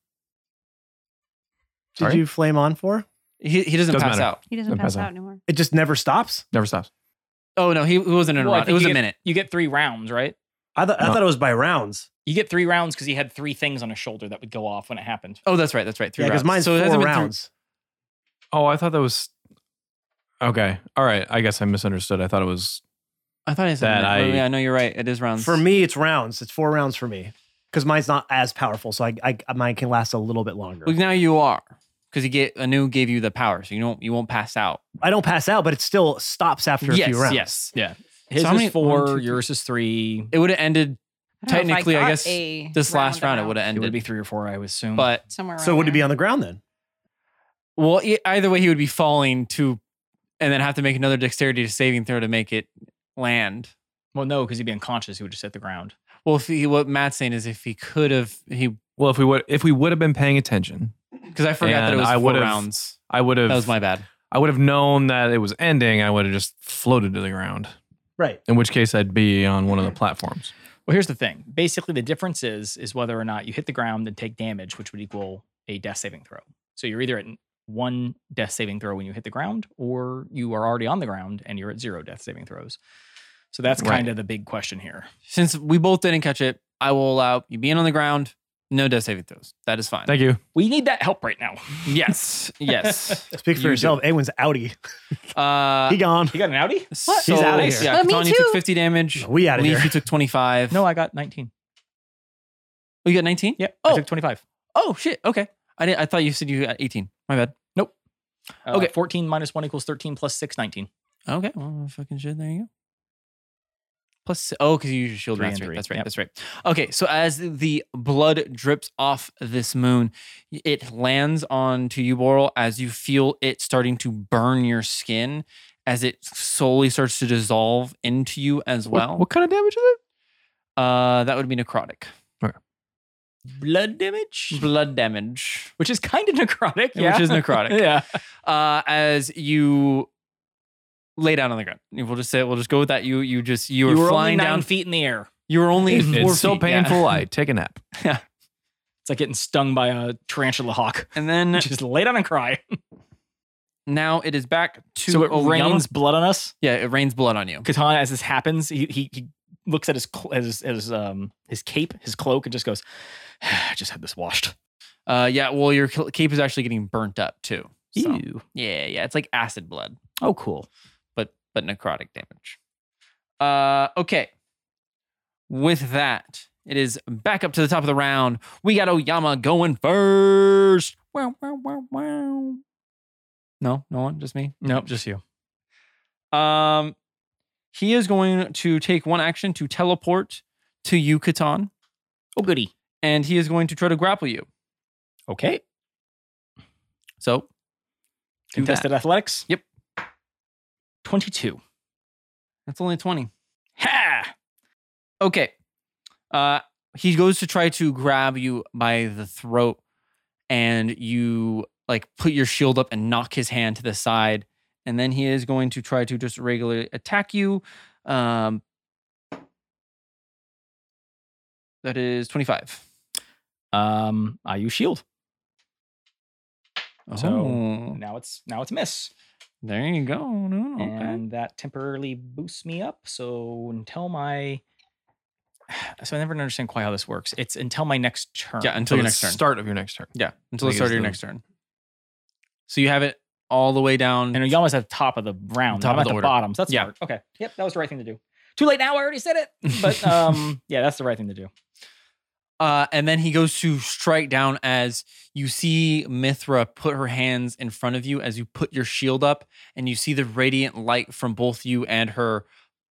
Speaker 4: did
Speaker 6: Sorry?
Speaker 4: you flame on for?
Speaker 2: he, he doesn't,
Speaker 6: Doesn't
Speaker 2: pass
Speaker 6: matter.
Speaker 2: out.
Speaker 5: He doesn't
Speaker 6: Doesn't
Speaker 5: pass
Speaker 6: pass
Speaker 5: out
Speaker 6: out.
Speaker 5: anymore.
Speaker 4: It just never stops.
Speaker 6: Never stops.
Speaker 2: Oh no, he, he wasn't in a
Speaker 3: Well, I
Speaker 2: round. It
Speaker 3: think
Speaker 2: was
Speaker 3: you
Speaker 2: a
Speaker 3: get-
Speaker 2: minute.
Speaker 3: You get three rounds, right?
Speaker 4: I, th- I
Speaker 6: No.
Speaker 4: thought it was by rounds.
Speaker 3: You get three rounds because he had three things on his shoulder that would go off when it happened.
Speaker 2: Oh, that's right. That's right. Three
Speaker 4: yeah,
Speaker 2: rounds.
Speaker 4: because mine's
Speaker 2: so it
Speaker 4: four
Speaker 2: hasn't been through-
Speaker 4: rounds.
Speaker 6: Oh, I thought that was. Okay. All right. I guess I misunderstood. I thought it was.
Speaker 2: I thought I said
Speaker 6: That
Speaker 2: that.
Speaker 6: I-
Speaker 2: yeah, I know you're right. It is rounds.
Speaker 4: For me, it's rounds. It's four rounds for me because mine's not as powerful, so I, I mine can last a little bit longer.
Speaker 2: Well, now you are because he get Anu gave you the power, so you don't you won't pass out.
Speaker 4: I don't pass out, but it still stops after a
Speaker 2: yes,
Speaker 4: few rounds.
Speaker 2: yes.
Speaker 3: Yeah. His
Speaker 2: how many-
Speaker 3: is four,
Speaker 2: one, two, three.
Speaker 3: yours is three.
Speaker 2: It would have ended
Speaker 5: don't know if
Speaker 2: technically. I,
Speaker 5: got
Speaker 2: guess
Speaker 5: a
Speaker 2: this last round it would have
Speaker 3: It
Speaker 2: ended.
Speaker 3: would be three or four, I would assume.
Speaker 2: but
Speaker 5: somewhere.
Speaker 4: So
Speaker 5: around
Speaker 4: would it be
Speaker 5: there.
Speaker 4: on the ground then?
Speaker 2: well, e- either way, he would be falling to, and then have to make another dexterity saving throw to make it land.
Speaker 3: well, no, because he'd be unconscious. He would just hit the ground.
Speaker 2: Well, if he, what Matt's saying is if he could have he
Speaker 6: Well, if we would if we would have been paying attention,
Speaker 2: because I forgot that
Speaker 6: And
Speaker 2: it was
Speaker 6: I
Speaker 2: four
Speaker 6: would've-
Speaker 2: rounds.
Speaker 6: I would have.
Speaker 2: That was my bad.
Speaker 6: I would have known that it was ending. I would have just floated to the ground.
Speaker 4: Right.
Speaker 6: In which case, I'd be on one of the
Speaker 2: Hmm.
Speaker 6: platforms.
Speaker 3: Well, here's the thing. Basically, the difference is is whether or not you hit the ground and take damage, which would equal a death saving throw. So you're either at one death saving throw when you hit the ground, or you are already on the ground and you're at zero death saving throws. So that's
Speaker 6: Right.
Speaker 3: kind of the big question here.
Speaker 2: Since we both didn't catch it, I will allow you being on the ground. No death saving throws. That is fine.
Speaker 6: Thank you.
Speaker 3: We need that help right now.
Speaker 2: yes, yes.
Speaker 4: Speak for
Speaker 2: You
Speaker 4: yourself. Awen's outie.
Speaker 2: Uh,
Speaker 4: he gone.
Speaker 3: You got an Audi?
Speaker 2: So,
Speaker 4: He's outta here.
Speaker 2: Yeah,
Speaker 5: But me
Speaker 2: Katani took
Speaker 5: too.
Speaker 2: 50 damage.
Speaker 4: We out of
Speaker 2: Leaf,
Speaker 4: here.
Speaker 2: you took 25.
Speaker 3: No, I got 19.
Speaker 2: Oh, you got 19?
Speaker 3: Yeah.
Speaker 2: Oh.
Speaker 3: I took 25.
Speaker 2: Oh, shit. Okay. I did, I thought you said you got 18. My bad. Oh,
Speaker 3: Uh,
Speaker 2: Okay.
Speaker 3: 14 minus 1 equals 13 plus 6, 19.
Speaker 2: Okay. Well, fucking shit. There you go. Plus, oh, because you use your shield.
Speaker 3: Three
Speaker 2: That's
Speaker 3: and
Speaker 2: right.
Speaker 3: three.
Speaker 2: That's right.
Speaker 3: Yep.
Speaker 2: That's right. Okay. So as the blood drips off this moon, it lands onto you, Boral, as you feel it starting to burn your skin as it slowly starts to dissolve into you as
Speaker 6: What-
Speaker 2: well.
Speaker 6: what, kind of damage is it?
Speaker 2: Uh, that would be necrotic.
Speaker 3: Blood damage?
Speaker 2: Blood damage.
Speaker 3: Which is kind of necrotic. Yeah.
Speaker 2: Which is necrotic.
Speaker 3: yeah.
Speaker 2: uh, as you lay down on the ground. We'll just say we'll just go with that. You you just you were,
Speaker 3: only
Speaker 2: flying
Speaker 3: nine
Speaker 2: down.
Speaker 3: feet in the air.
Speaker 2: You were only
Speaker 6: It's,
Speaker 2: four
Speaker 6: it's so
Speaker 2: feet, yeah.
Speaker 6: painful. I take a nap.
Speaker 3: It's like getting stung by a tarantula hawk.
Speaker 2: And then
Speaker 3: Just lay down and cry.
Speaker 2: now it is back to
Speaker 3: so it
Speaker 2: Oyama.
Speaker 3: rains blood on us.
Speaker 2: Yeah, it rains blood on you.
Speaker 3: Katana, as this happens, he he, he looks at his cl- at his, at his um his cape, his cloak, and just goes, I just had this washed.
Speaker 2: Uh, yeah. Well, your cl- cape is actually getting burnt up too. So,
Speaker 3: Ew.
Speaker 2: yeah, yeah. It's like acid blood,
Speaker 3: Oh, cool.
Speaker 2: but but necrotic damage. Uh, okay. With that, it is back up to the top of the round. We got Oyama going first. Wow, wow, wow, wow. No, no one, just me.
Speaker 3: Nope, just you.
Speaker 2: Um, he is going to take one action to teleport to you, Catan,
Speaker 3: Oh, goody.
Speaker 2: and he is going to try to grapple you.
Speaker 3: Okay.
Speaker 2: So, do that.
Speaker 3: Contested athletics.
Speaker 2: Yep.
Speaker 3: Twenty-two.
Speaker 2: That's only 20.
Speaker 3: Ha!
Speaker 2: Okay. Uh, he goes to try to grab you by the throat, and you like put your shield up and knock his hand to the side. And then he is going to try to just regularly attack you. Um, that is 25.
Speaker 3: Um, I use shield.
Speaker 6: So-
Speaker 2: Oh,
Speaker 3: Now it's now it's miss,
Speaker 2: there you go. No, okay.
Speaker 3: and that temporarily boosts me up. So until my, so I never understand quite how this works. It's until my next turn.
Speaker 2: yeah, until
Speaker 6: Until the
Speaker 2: your next turn.
Speaker 6: start of your next turn.
Speaker 2: Yeah, until the
Speaker 6: Like,
Speaker 2: start
Speaker 6: is
Speaker 2: of your
Speaker 6: the-
Speaker 2: next turn. So you have it all the way down.
Speaker 3: and you almost at the top of the round.
Speaker 2: Top
Speaker 3: I'm
Speaker 2: of
Speaker 3: at
Speaker 2: the
Speaker 3: the,
Speaker 2: order.
Speaker 3: bottom. So that's
Speaker 2: Yeah.
Speaker 3: smart. Okay. Yep, that was the right thing to do. Too late now. I already said it. But um, yeah, that's the right thing to do.
Speaker 2: Uh, and then he goes to strike down as you see Mithra put her hands in front of you as you put your shield up, and you see the radiant light from both you and her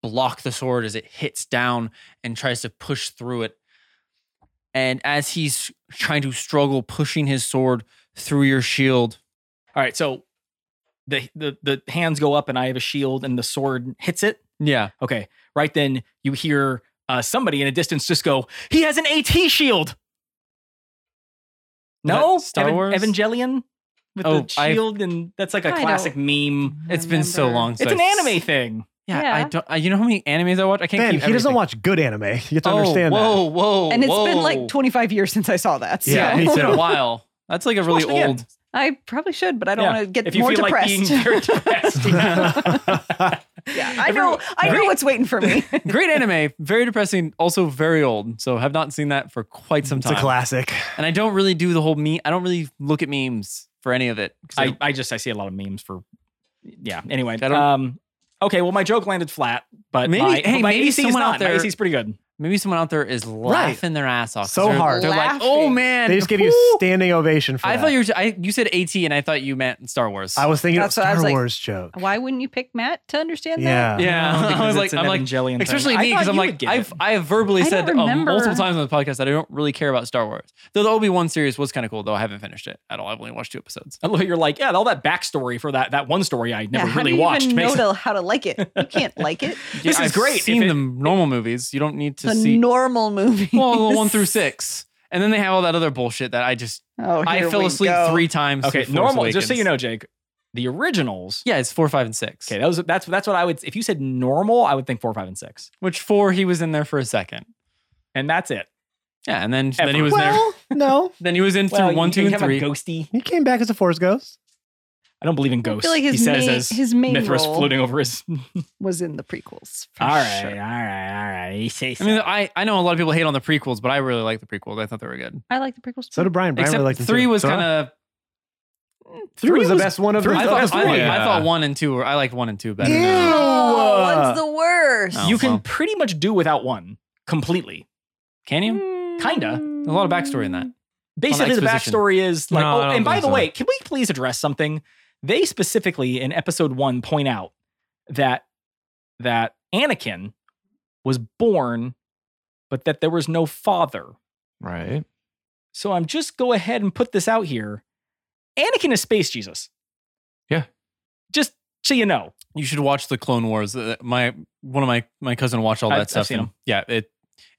Speaker 2: block the sword as it hits down and tries to push through it. And as he's trying to struggle pushing his sword through your shield,
Speaker 3: All right. So the the the hands go up, and I have a shield, and the sword hits it.
Speaker 2: yeah,
Speaker 3: Okay. Right then, you hear uh, somebody in a distance just go, "He has an AT shield."
Speaker 2: Was that
Speaker 3: No,
Speaker 2: Star
Speaker 3: Evan-
Speaker 2: Wars?
Speaker 3: Evangelion with
Speaker 2: Oh,
Speaker 3: the
Speaker 2: I've-
Speaker 3: shield, and that's like a
Speaker 5: I don't
Speaker 3: classic meme.
Speaker 2: it's been so
Speaker 5: remember.
Speaker 2: long. since
Speaker 3: It's an
Speaker 2: I've-
Speaker 3: anime thing.
Speaker 2: Yeah, I
Speaker 5: Yeah.
Speaker 2: don't. I, you know how many animes I watch? I can't.
Speaker 4: Ben, he
Speaker 2: keep
Speaker 4: doesn't
Speaker 2: everything.
Speaker 4: watch good anime. You have to
Speaker 2: oh,
Speaker 4: understand
Speaker 2: whoa, whoa,
Speaker 5: And
Speaker 2: it's
Speaker 5: it's been like 25 years since I saw that. So
Speaker 4: Yeah,
Speaker 2: yeah,
Speaker 4: me
Speaker 2: it's been a
Speaker 4: too.
Speaker 2: while. That's like a really
Speaker 3: watch it again.
Speaker 2: old.
Speaker 5: I probably should, but I don't
Speaker 3: Yeah,
Speaker 5: want to get
Speaker 3: If you
Speaker 5: more
Speaker 3: feel like
Speaker 5: depressed.
Speaker 3: being very depressed,
Speaker 4: that.
Speaker 5: yeah, I know. I know what's waiting for me.
Speaker 2: Great anime, very depressing, also very old. So have not seen that for quite some
Speaker 4: it's a
Speaker 2: time.
Speaker 4: classic.
Speaker 2: and I don't really do the whole meme. I don't really look at memes for any of it. 'cause
Speaker 3: I, I just I see a lot of memes for yeah. Anyway,
Speaker 2: don't-
Speaker 3: um, okay. Well, my joke landed flat, but
Speaker 2: Maybe-
Speaker 3: my,
Speaker 2: hey,
Speaker 3: but my
Speaker 2: maybe
Speaker 3: AC is
Speaker 2: someone out
Speaker 3: not.
Speaker 2: there-
Speaker 3: My AC is pretty good.
Speaker 2: maybe someone out there is laughing their ass off. 'cause
Speaker 4: So
Speaker 2: they're-
Speaker 4: hard.
Speaker 2: They're like, oh
Speaker 5: Laughing.
Speaker 2: man,
Speaker 4: They just give you
Speaker 2: whoo."
Speaker 4: a standing ovation for
Speaker 2: I
Speaker 4: that.
Speaker 2: thought you were. I, you said AT, and I thought you meant Star Wars.
Speaker 4: I was thinking of
Speaker 5: That's what I
Speaker 4: Star
Speaker 5: was like-
Speaker 4: Wars joke.
Speaker 5: Why wouldn't you pick Matt to understand
Speaker 4: Yeah.
Speaker 2: yeah, I was
Speaker 3: Because
Speaker 2: like,
Speaker 3: it's an
Speaker 2: I'm like,
Speaker 3: Evangelion thing.
Speaker 2: especially me
Speaker 3: I thought
Speaker 2: because I'm
Speaker 3: you would
Speaker 2: like
Speaker 3: get
Speaker 2: I've
Speaker 3: it.
Speaker 2: I've verbally
Speaker 5: I
Speaker 2: said
Speaker 5: don't
Speaker 2: uh,
Speaker 5: remember.
Speaker 2: multiple times on the podcast that I don't really care about Star Wars. Though the Obi Wan series was kind of cool, though I haven't finished it at all. I've only watched two episodes.
Speaker 3: I love how you're like yeah. All that backstory for that that one story I
Speaker 5: that?
Speaker 3: never really
Speaker 5: yeah, how do you
Speaker 3: watched.
Speaker 5: Even know
Speaker 3: basically.
Speaker 5: to, how to like it. You can't like it.
Speaker 3: This
Speaker 2: Yeah,
Speaker 3: is
Speaker 2: I've
Speaker 3: great. If
Speaker 2: Seen
Speaker 3: it-
Speaker 2: the normal movies, you don't need to
Speaker 5: the
Speaker 2: see
Speaker 5: normal movie.
Speaker 2: well the one through six, and then they have all that other bullshit that I just
Speaker 5: Oh,
Speaker 2: I
Speaker 5: here
Speaker 2: fell
Speaker 5: we
Speaker 2: asleep
Speaker 5: go.
Speaker 2: three times.
Speaker 3: okay,
Speaker 2: through Force
Speaker 3: normal. Just so
Speaker 2: Awakens.
Speaker 3: you know, Jake, the originals.
Speaker 2: yeah, it's four, five, and six.
Speaker 3: Okay, that was that's that's what I would. If you said normal, I would think four, five, and six,
Speaker 2: Which four he was in there for a second.
Speaker 3: and that's it.
Speaker 2: Yeah, and then then
Speaker 3: Ever.
Speaker 2: he was there.
Speaker 4: Well, no.
Speaker 2: Then he was in through
Speaker 3: you-
Speaker 2: one,
Speaker 3: you
Speaker 2: two, and
Speaker 3: have a
Speaker 2: three.
Speaker 3: Ghosty.
Speaker 4: He came back as a Force ghost.
Speaker 3: I don't believe in
Speaker 5: I feel
Speaker 3: ghosts.
Speaker 5: like his
Speaker 3: he says
Speaker 5: main-
Speaker 3: as
Speaker 5: his main
Speaker 3: Mithras
Speaker 5: role-
Speaker 3: floating over his. all
Speaker 5: was in the prequels. for
Speaker 3: right,
Speaker 5: sure.
Speaker 3: all right, all right. He says.
Speaker 2: I mean,
Speaker 3: so.
Speaker 2: I, I know a lot of people hate on the prequels, but I really like the prequels. I thought they were good.
Speaker 5: I like the prequels.
Speaker 4: So
Speaker 5: too.
Speaker 4: did Brian. Brian
Speaker 2: Except
Speaker 4: really liked him
Speaker 2: three
Speaker 4: too.
Speaker 2: was
Speaker 4: So,
Speaker 2: kind of.
Speaker 4: three was the
Speaker 3: was-
Speaker 4: best one of
Speaker 3: three
Speaker 4: the
Speaker 2: I
Speaker 3: was
Speaker 2: thought,
Speaker 3: the best
Speaker 2: I,
Speaker 3: one.
Speaker 2: I
Speaker 6: Yeah.
Speaker 2: thought one and two were. I liked one and two better.
Speaker 4: Ew.
Speaker 5: Oh,
Speaker 4: Ew.
Speaker 5: one's the worst.
Speaker 2: Oh,
Speaker 3: you
Speaker 2: well.
Speaker 3: can pretty much do without one completely.
Speaker 2: Can you?
Speaker 3: Kinda.
Speaker 2: A lot of backstory in that.
Speaker 3: Basically, the
Speaker 2: exposition.
Speaker 3: backstory is like.
Speaker 6: No, I
Speaker 3: oh,
Speaker 6: don't
Speaker 3: and by
Speaker 6: think
Speaker 3: the
Speaker 6: so.
Speaker 3: way, can we please address something? They specifically in episode one point out that that Anakin was born, but that there was no father.
Speaker 6: Right.
Speaker 3: So I'm just go ahead and put this out here. Anakin is space Jesus.
Speaker 6: Yeah.
Speaker 3: Just so you know.
Speaker 2: You should watch the Clone Wars. Uh, My one of my my cousin watched all
Speaker 3: I've-
Speaker 2: that
Speaker 3: I've
Speaker 2: stuff.
Speaker 3: seen
Speaker 2: and-
Speaker 3: 'em.
Speaker 2: yeah, it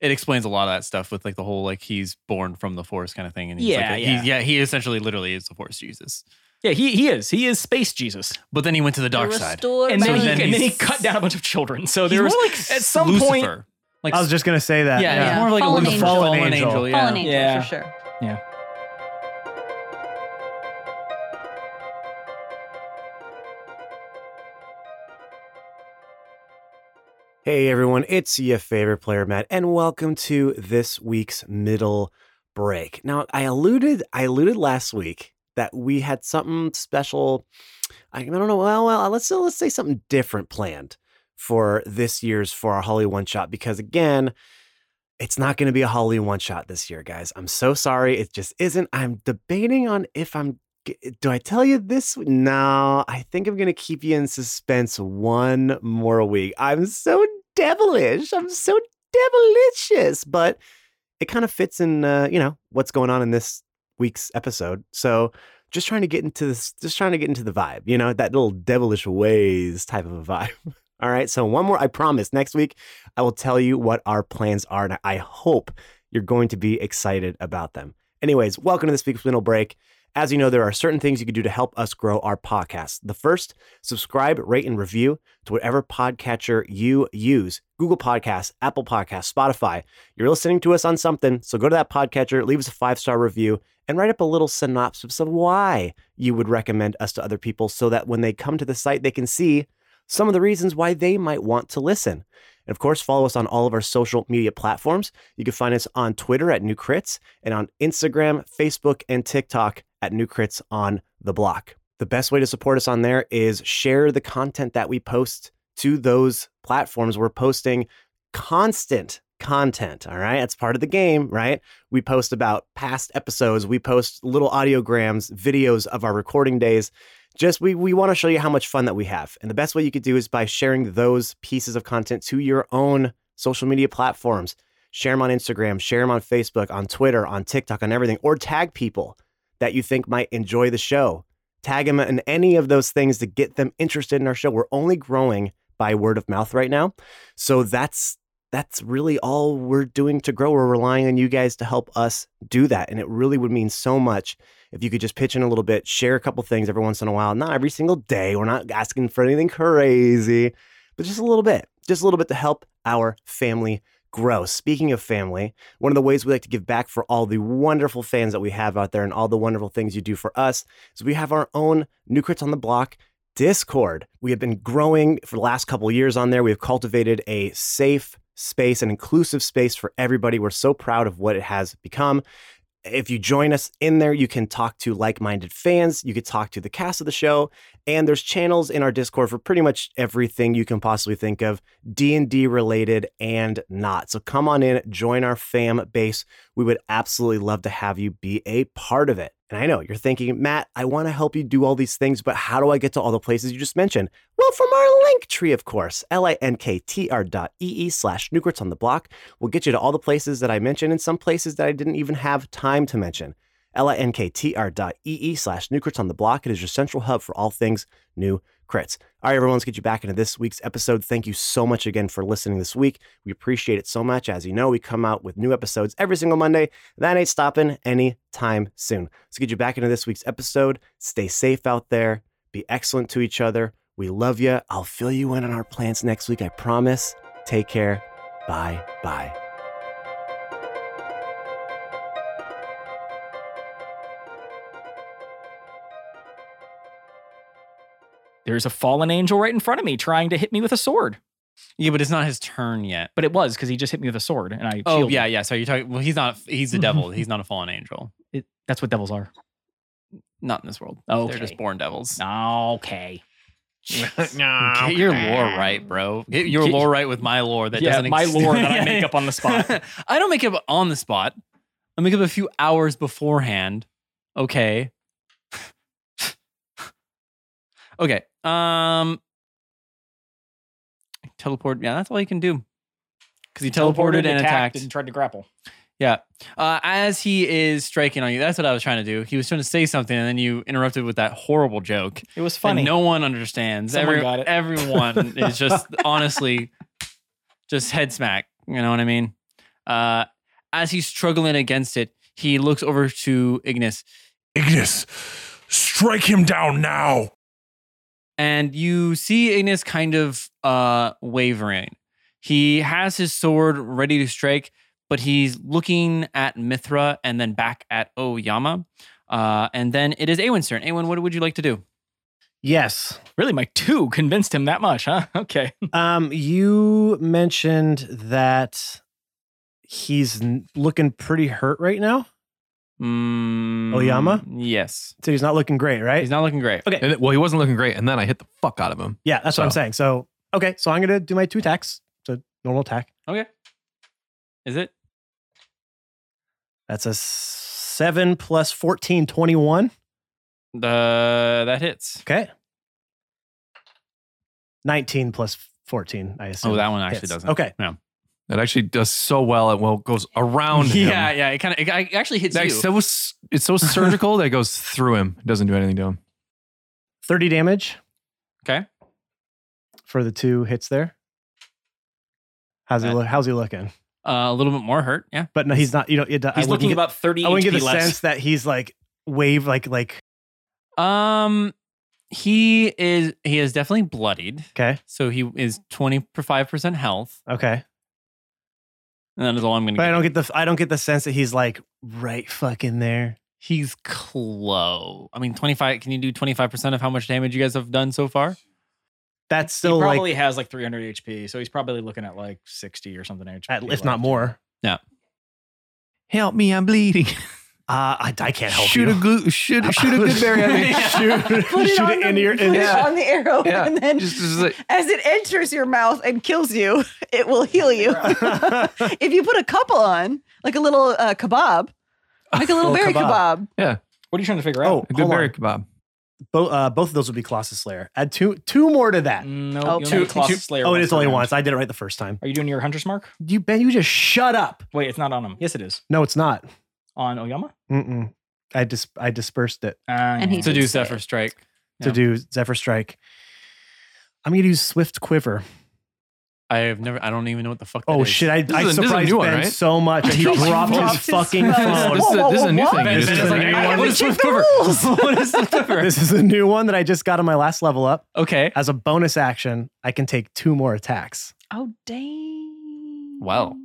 Speaker 2: it explains a lot of that stuff with like the whole like he's born from the Force kind of thing. And he's
Speaker 3: Yeah,
Speaker 2: like,
Speaker 3: yeah.
Speaker 2: He, yeah, he essentially literally is the Force Jesus.
Speaker 3: Yeah, he he is. He is space Jesus.
Speaker 2: But then he went to the dark side.
Speaker 3: And then,
Speaker 2: So
Speaker 3: he,
Speaker 2: then
Speaker 3: and then he
Speaker 2: he's-
Speaker 3: cut down a bunch of children. So
Speaker 2: He's
Speaker 3: there was
Speaker 2: more like
Speaker 3: at some
Speaker 2: Lucifer. like
Speaker 4: I was just gonna say that.
Speaker 2: yeah, he's
Speaker 5: yeah.
Speaker 2: more like
Speaker 5: Fallen
Speaker 2: a Lucifer,
Speaker 5: angel.
Speaker 2: fallen
Speaker 4: Fallen
Speaker 2: angel.
Speaker 4: angel.
Speaker 2: yeah.
Speaker 5: Fallen angel
Speaker 3: Yeah.
Speaker 5: for sure.
Speaker 7: Hey everyone, it's your favorite player, Matt, and welcome to this week's middle break. Now, I alluded, I alluded last week that we had something special. I don't know. Well, well, let's let's say something different planned for this year's for our Holly one shot because again, it's not going to be a Holly one shot this year, guys. I'm so sorry, it just isn't. I'm debating on if I'm. g- Do I tell you this? No, I think I'm going to keep you in suspense one more week. I'm so devilish. I'm so devilicious, but it kind of fits in, uh, you know, what's going on in this week's episode. So just trying to get into this, just trying to get into the vibe, you know, that little devilish ways type of a vibe. All right. So one more, I promise next week I will tell you what our plans are. And I hope you're going to be excited about them. Anyways, welcome to this week's middle break. As you know, there are certain things you can do to help us grow our podcast. The first, subscribe, rate, and review to whatever podcatcher you use Google Podcasts, Apple Podcasts, Spotify. You're listening to us on something, so go to that podcatcher, leave us a five star review, and write up a little synopsis of why you would recommend us to other people so that when they come to the site, they can see some of the reasons why they might want to listen. And of course, follow us on all of our social media platforms. You can find us on Twitter at New Crits and on Instagram, Facebook, and TikTok at New Crits on the Block. The best way to support us on there is share the content that we post to those platforms. We're posting constant content, all right? That's part of the game, right? We post about past episodes, we post little audiograms, videos of our recording days just we we want to show you how much fun that we have. And the best way you could do is by sharing those pieces of content to your own social media platforms. Share them on Instagram, share them on Facebook, on Twitter, on TikTok, on everything, or tag people that you think might enjoy the show. Tag them in any of those things to get them interested in our show. We're only growing by word of mouth right now. So that's that's really all we're doing to grow. We're relying on you guys to help us do that. And it really would mean so much if you could just pitch in a little bit, share a couple things every once in a while, not every single day. We're not asking for anything crazy, but just a little bit, just a little bit to help our family grow. Speaking of family, one of the ways we like to give back for all the wonderful fans that we have out there and all the wonderful things you do for us is we have our own New Crits on the Block Discord. We have been growing for the last couple of years on there. We have cultivated a safe space, an inclusive space for everybody. We're so proud of what it has become if you join us in there, you can talk to like minded fans, you could talk to the cast of the show, and there's channels in our Discord for pretty much everything you can possibly think of, D&D related and not. So come on in, join our fam base. We would absolutely love to have you be a part of it. And I know you're thinking, Matt, I want to help you do all these things, but how do I get to all the places you just mentioned? Well, from our link tree, of course, linktr dot ee slash Newgrits on the block will get you to all the places that I mentioned and some places that I didn't even have time to mention. linktr.ee E slash new crits on the block. It is your central hub for all things new crits. All right, everyone, let's get you back into this week's episode. Thank you so much again for listening this week. We appreciate it so much. As you know, we come out with new episodes every single Monday. That ain't stopping any time soon. Let's get you back into this week's episode. Stay safe out there. Be excellent to each other. We love you. I'll fill you in on our plans next week. I promise. Take care. Bye bye.
Speaker 3: There's a fallen angel right in front of me trying to hit me with a sword.
Speaker 2: Yeah, but it's not his turn yet.
Speaker 3: But it was because he just hit me with a sword and I.
Speaker 2: Oh
Speaker 3: shielded.
Speaker 2: yeah, yeah. So you're talking. Well, he's not. He's the devil. He's not a fallen angel.
Speaker 3: It, that's what devils are.
Speaker 2: Not in this world.
Speaker 3: Okay.
Speaker 2: They're just born devils.
Speaker 3: Okay.
Speaker 2: Get your lore right, bro. Get your
Speaker 3: Get-
Speaker 2: lore right with my lore that
Speaker 3: yeah,
Speaker 2: doesn't.
Speaker 3: my
Speaker 2: exist.
Speaker 3: lore that I
Speaker 2: Yeah,
Speaker 3: make
Speaker 2: yeah.
Speaker 3: up on the spot.
Speaker 2: I don't make it up on the spot. I make it up a few hours beforehand. Okay. okay. Um. Teleport. Yeah, that's all you can do. Because he teleported, and attacked.
Speaker 3: and tried to grapple.
Speaker 2: Yeah. Uh, as he is striking on you, that's what I was trying to do. He was trying to say something, and then you interrupted with that horrible joke.
Speaker 3: It was
Speaker 2: that
Speaker 3: funny.
Speaker 2: no one understands.
Speaker 3: Someone got it.
Speaker 2: Everyone is just honestly just head smack. You know what I mean? Uh, as he's struggling against it, he looks over to Ignis,
Speaker 8: Ignis, strike him down now.
Speaker 2: and you see Ignis kind of uh, wavering. He has his sword ready to strike, but he's looking at Mithra and then back at Oyama. Uh, and then it is Awen's turn. Awen, what would you like to do?
Speaker 4: Yes.
Speaker 3: Really, my two convinced him that much, huh? Okay.
Speaker 4: Um, you mentioned that he's n- looking pretty hurt right now.
Speaker 2: Mm,
Speaker 4: Oyama?
Speaker 2: Yes.
Speaker 4: So he's not looking great, right?
Speaker 2: He's not looking great.
Speaker 6: And it- well, he wasn't looking great, and then I hit the fuck out of him.
Speaker 4: yeah, that's what I'm
Speaker 6: So-
Speaker 4: saying. So okay, so I'm gonna do my two attacks. So normal attack.
Speaker 2: Is it?
Speaker 4: That's a s- seven plus 14, 21.
Speaker 2: The that hits.
Speaker 4: Okay. 19 plus 14, I assume.
Speaker 2: Oh, that one actually
Speaker 4: hits.
Speaker 2: doesn't.
Speaker 4: Okay.
Speaker 6: It actually does so well. It well goes
Speaker 4: Oh,
Speaker 6: around
Speaker 2: Yeah,
Speaker 6: him.
Speaker 2: yeah. It kind of it it actually hits
Speaker 6: That's
Speaker 2: you.
Speaker 6: so s- it's so surgical that it goes through him. It doesn't do anything to him.
Speaker 4: 30 damage.
Speaker 2: Okay.
Speaker 4: For the two hits there. How's he
Speaker 2: That-
Speaker 4: look? How's he looking?
Speaker 2: uh, a little bit more hurt. Yeah.
Speaker 4: But no, he's not. You know, it, I
Speaker 3: He's
Speaker 4: wouldn't
Speaker 3: looking
Speaker 4: get-
Speaker 3: about 30
Speaker 4: I wouldn't
Speaker 3: HP
Speaker 4: get the
Speaker 3: less.
Speaker 4: sense that he's like wave like like
Speaker 2: Um, he is he is definitely bloodied.
Speaker 4: okay
Speaker 2: So he is twenty five percent health.
Speaker 4: okay
Speaker 2: And that is all I'm gonna.
Speaker 4: but i
Speaker 2: give
Speaker 4: don't
Speaker 2: you.
Speaker 4: get the i don't get the sense that he's like right fucking there
Speaker 2: He's close. I mean, twenty five. Can you do twenty five percent of how much damage you guys have done so far?
Speaker 4: that's
Speaker 3: He
Speaker 4: still
Speaker 3: probably
Speaker 4: like
Speaker 3: has like 300 HP, so he's probably looking at like 60 or something HP,
Speaker 4: at, if
Speaker 3: left.
Speaker 4: not more
Speaker 6: Help me! I'm bleeding.
Speaker 4: uh i, I can't help
Speaker 6: shoot
Speaker 4: you
Speaker 6: a glue. Shoot, shoot a good berry. at me.
Speaker 4: shoot,
Speaker 5: Put it,
Speaker 4: shoot
Speaker 5: on,
Speaker 4: it
Speaker 5: the,
Speaker 4: into your
Speaker 5: put it
Speaker 6: Yeah.
Speaker 5: on the arrow,
Speaker 6: Yeah.
Speaker 5: and then
Speaker 6: Just, just like,
Speaker 5: as it enters your mouth and kills you, it will heal you. if you put a couple on, like a little uh, kebab, like a little
Speaker 4: Little
Speaker 5: berry
Speaker 4: kebab.
Speaker 5: kebab.
Speaker 3: What are you trying to figure
Speaker 4: oh
Speaker 3: out?
Speaker 6: a good
Speaker 4: hold
Speaker 6: berry
Speaker 4: on.
Speaker 6: kebab.
Speaker 4: Bo- uh, both of those would be colossus slayer add two two more to that
Speaker 3: No,
Speaker 5: Oh,
Speaker 3: you
Speaker 5: two-
Speaker 3: only Colossus
Speaker 4: two-
Speaker 3: Slayer.
Speaker 4: oh it
Speaker 3: once
Speaker 4: is
Speaker 3: per
Speaker 4: only
Speaker 3: round.
Speaker 4: once i did it right the first time
Speaker 3: Are you doing your Hunter's Mark?
Speaker 4: you ben you just shut up
Speaker 3: Wait, it's not on him. Yes, it is.
Speaker 4: no it's not
Speaker 3: On Oyama?
Speaker 4: Mm-mm. i dis- i dispersed it
Speaker 3: Uh,
Speaker 5: And he
Speaker 2: To do
Speaker 5: did say
Speaker 2: Zephyr Strike.
Speaker 4: to
Speaker 3: Yeah.
Speaker 4: do Zephyr Strike. I'm gonna use Swift Quiver.
Speaker 2: I have never. I don't even know what the fuck. that
Speaker 4: Oh
Speaker 2: is.
Speaker 4: shit! I,
Speaker 6: This
Speaker 4: I
Speaker 6: is a- this is a
Speaker 4: surprised
Speaker 6: new one,
Speaker 4: Ben
Speaker 6: right?
Speaker 4: so much. He
Speaker 2: He
Speaker 4: dropped
Speaker 5: dropped
Speaker 4: his
Speaker 5: his
Speaker 4: fucking
Speaker 5: phone.
Speaker 4: phone.
Speaker 6: This, is a, this is a new
Speaker 5: Whoa,
Speaker 6: thing.
Speaker 5: whoa,
Speaker 6: you
Speaker 4: whoa,
Speaker 6: just
Speaker 4: whoa.
Speaker 6: did.
Speaker 4: Like,
Speaker 5: I
Speaker 2: what
Speaker 5: haven't
Speaker 2: is Swift
Speaker 5: checked the
Speaker 2: Quiver?
Speaker 5: rules.
Speaker 2: what is Swift Quiver?
Speaker 4: This is a new one that I just got on my last level up.
Speaker 2: Okay.
Speaker 4: As a bonus action, I can take two more attacks.
Speaker 5: Oh dang!
Speaker 2: Wow.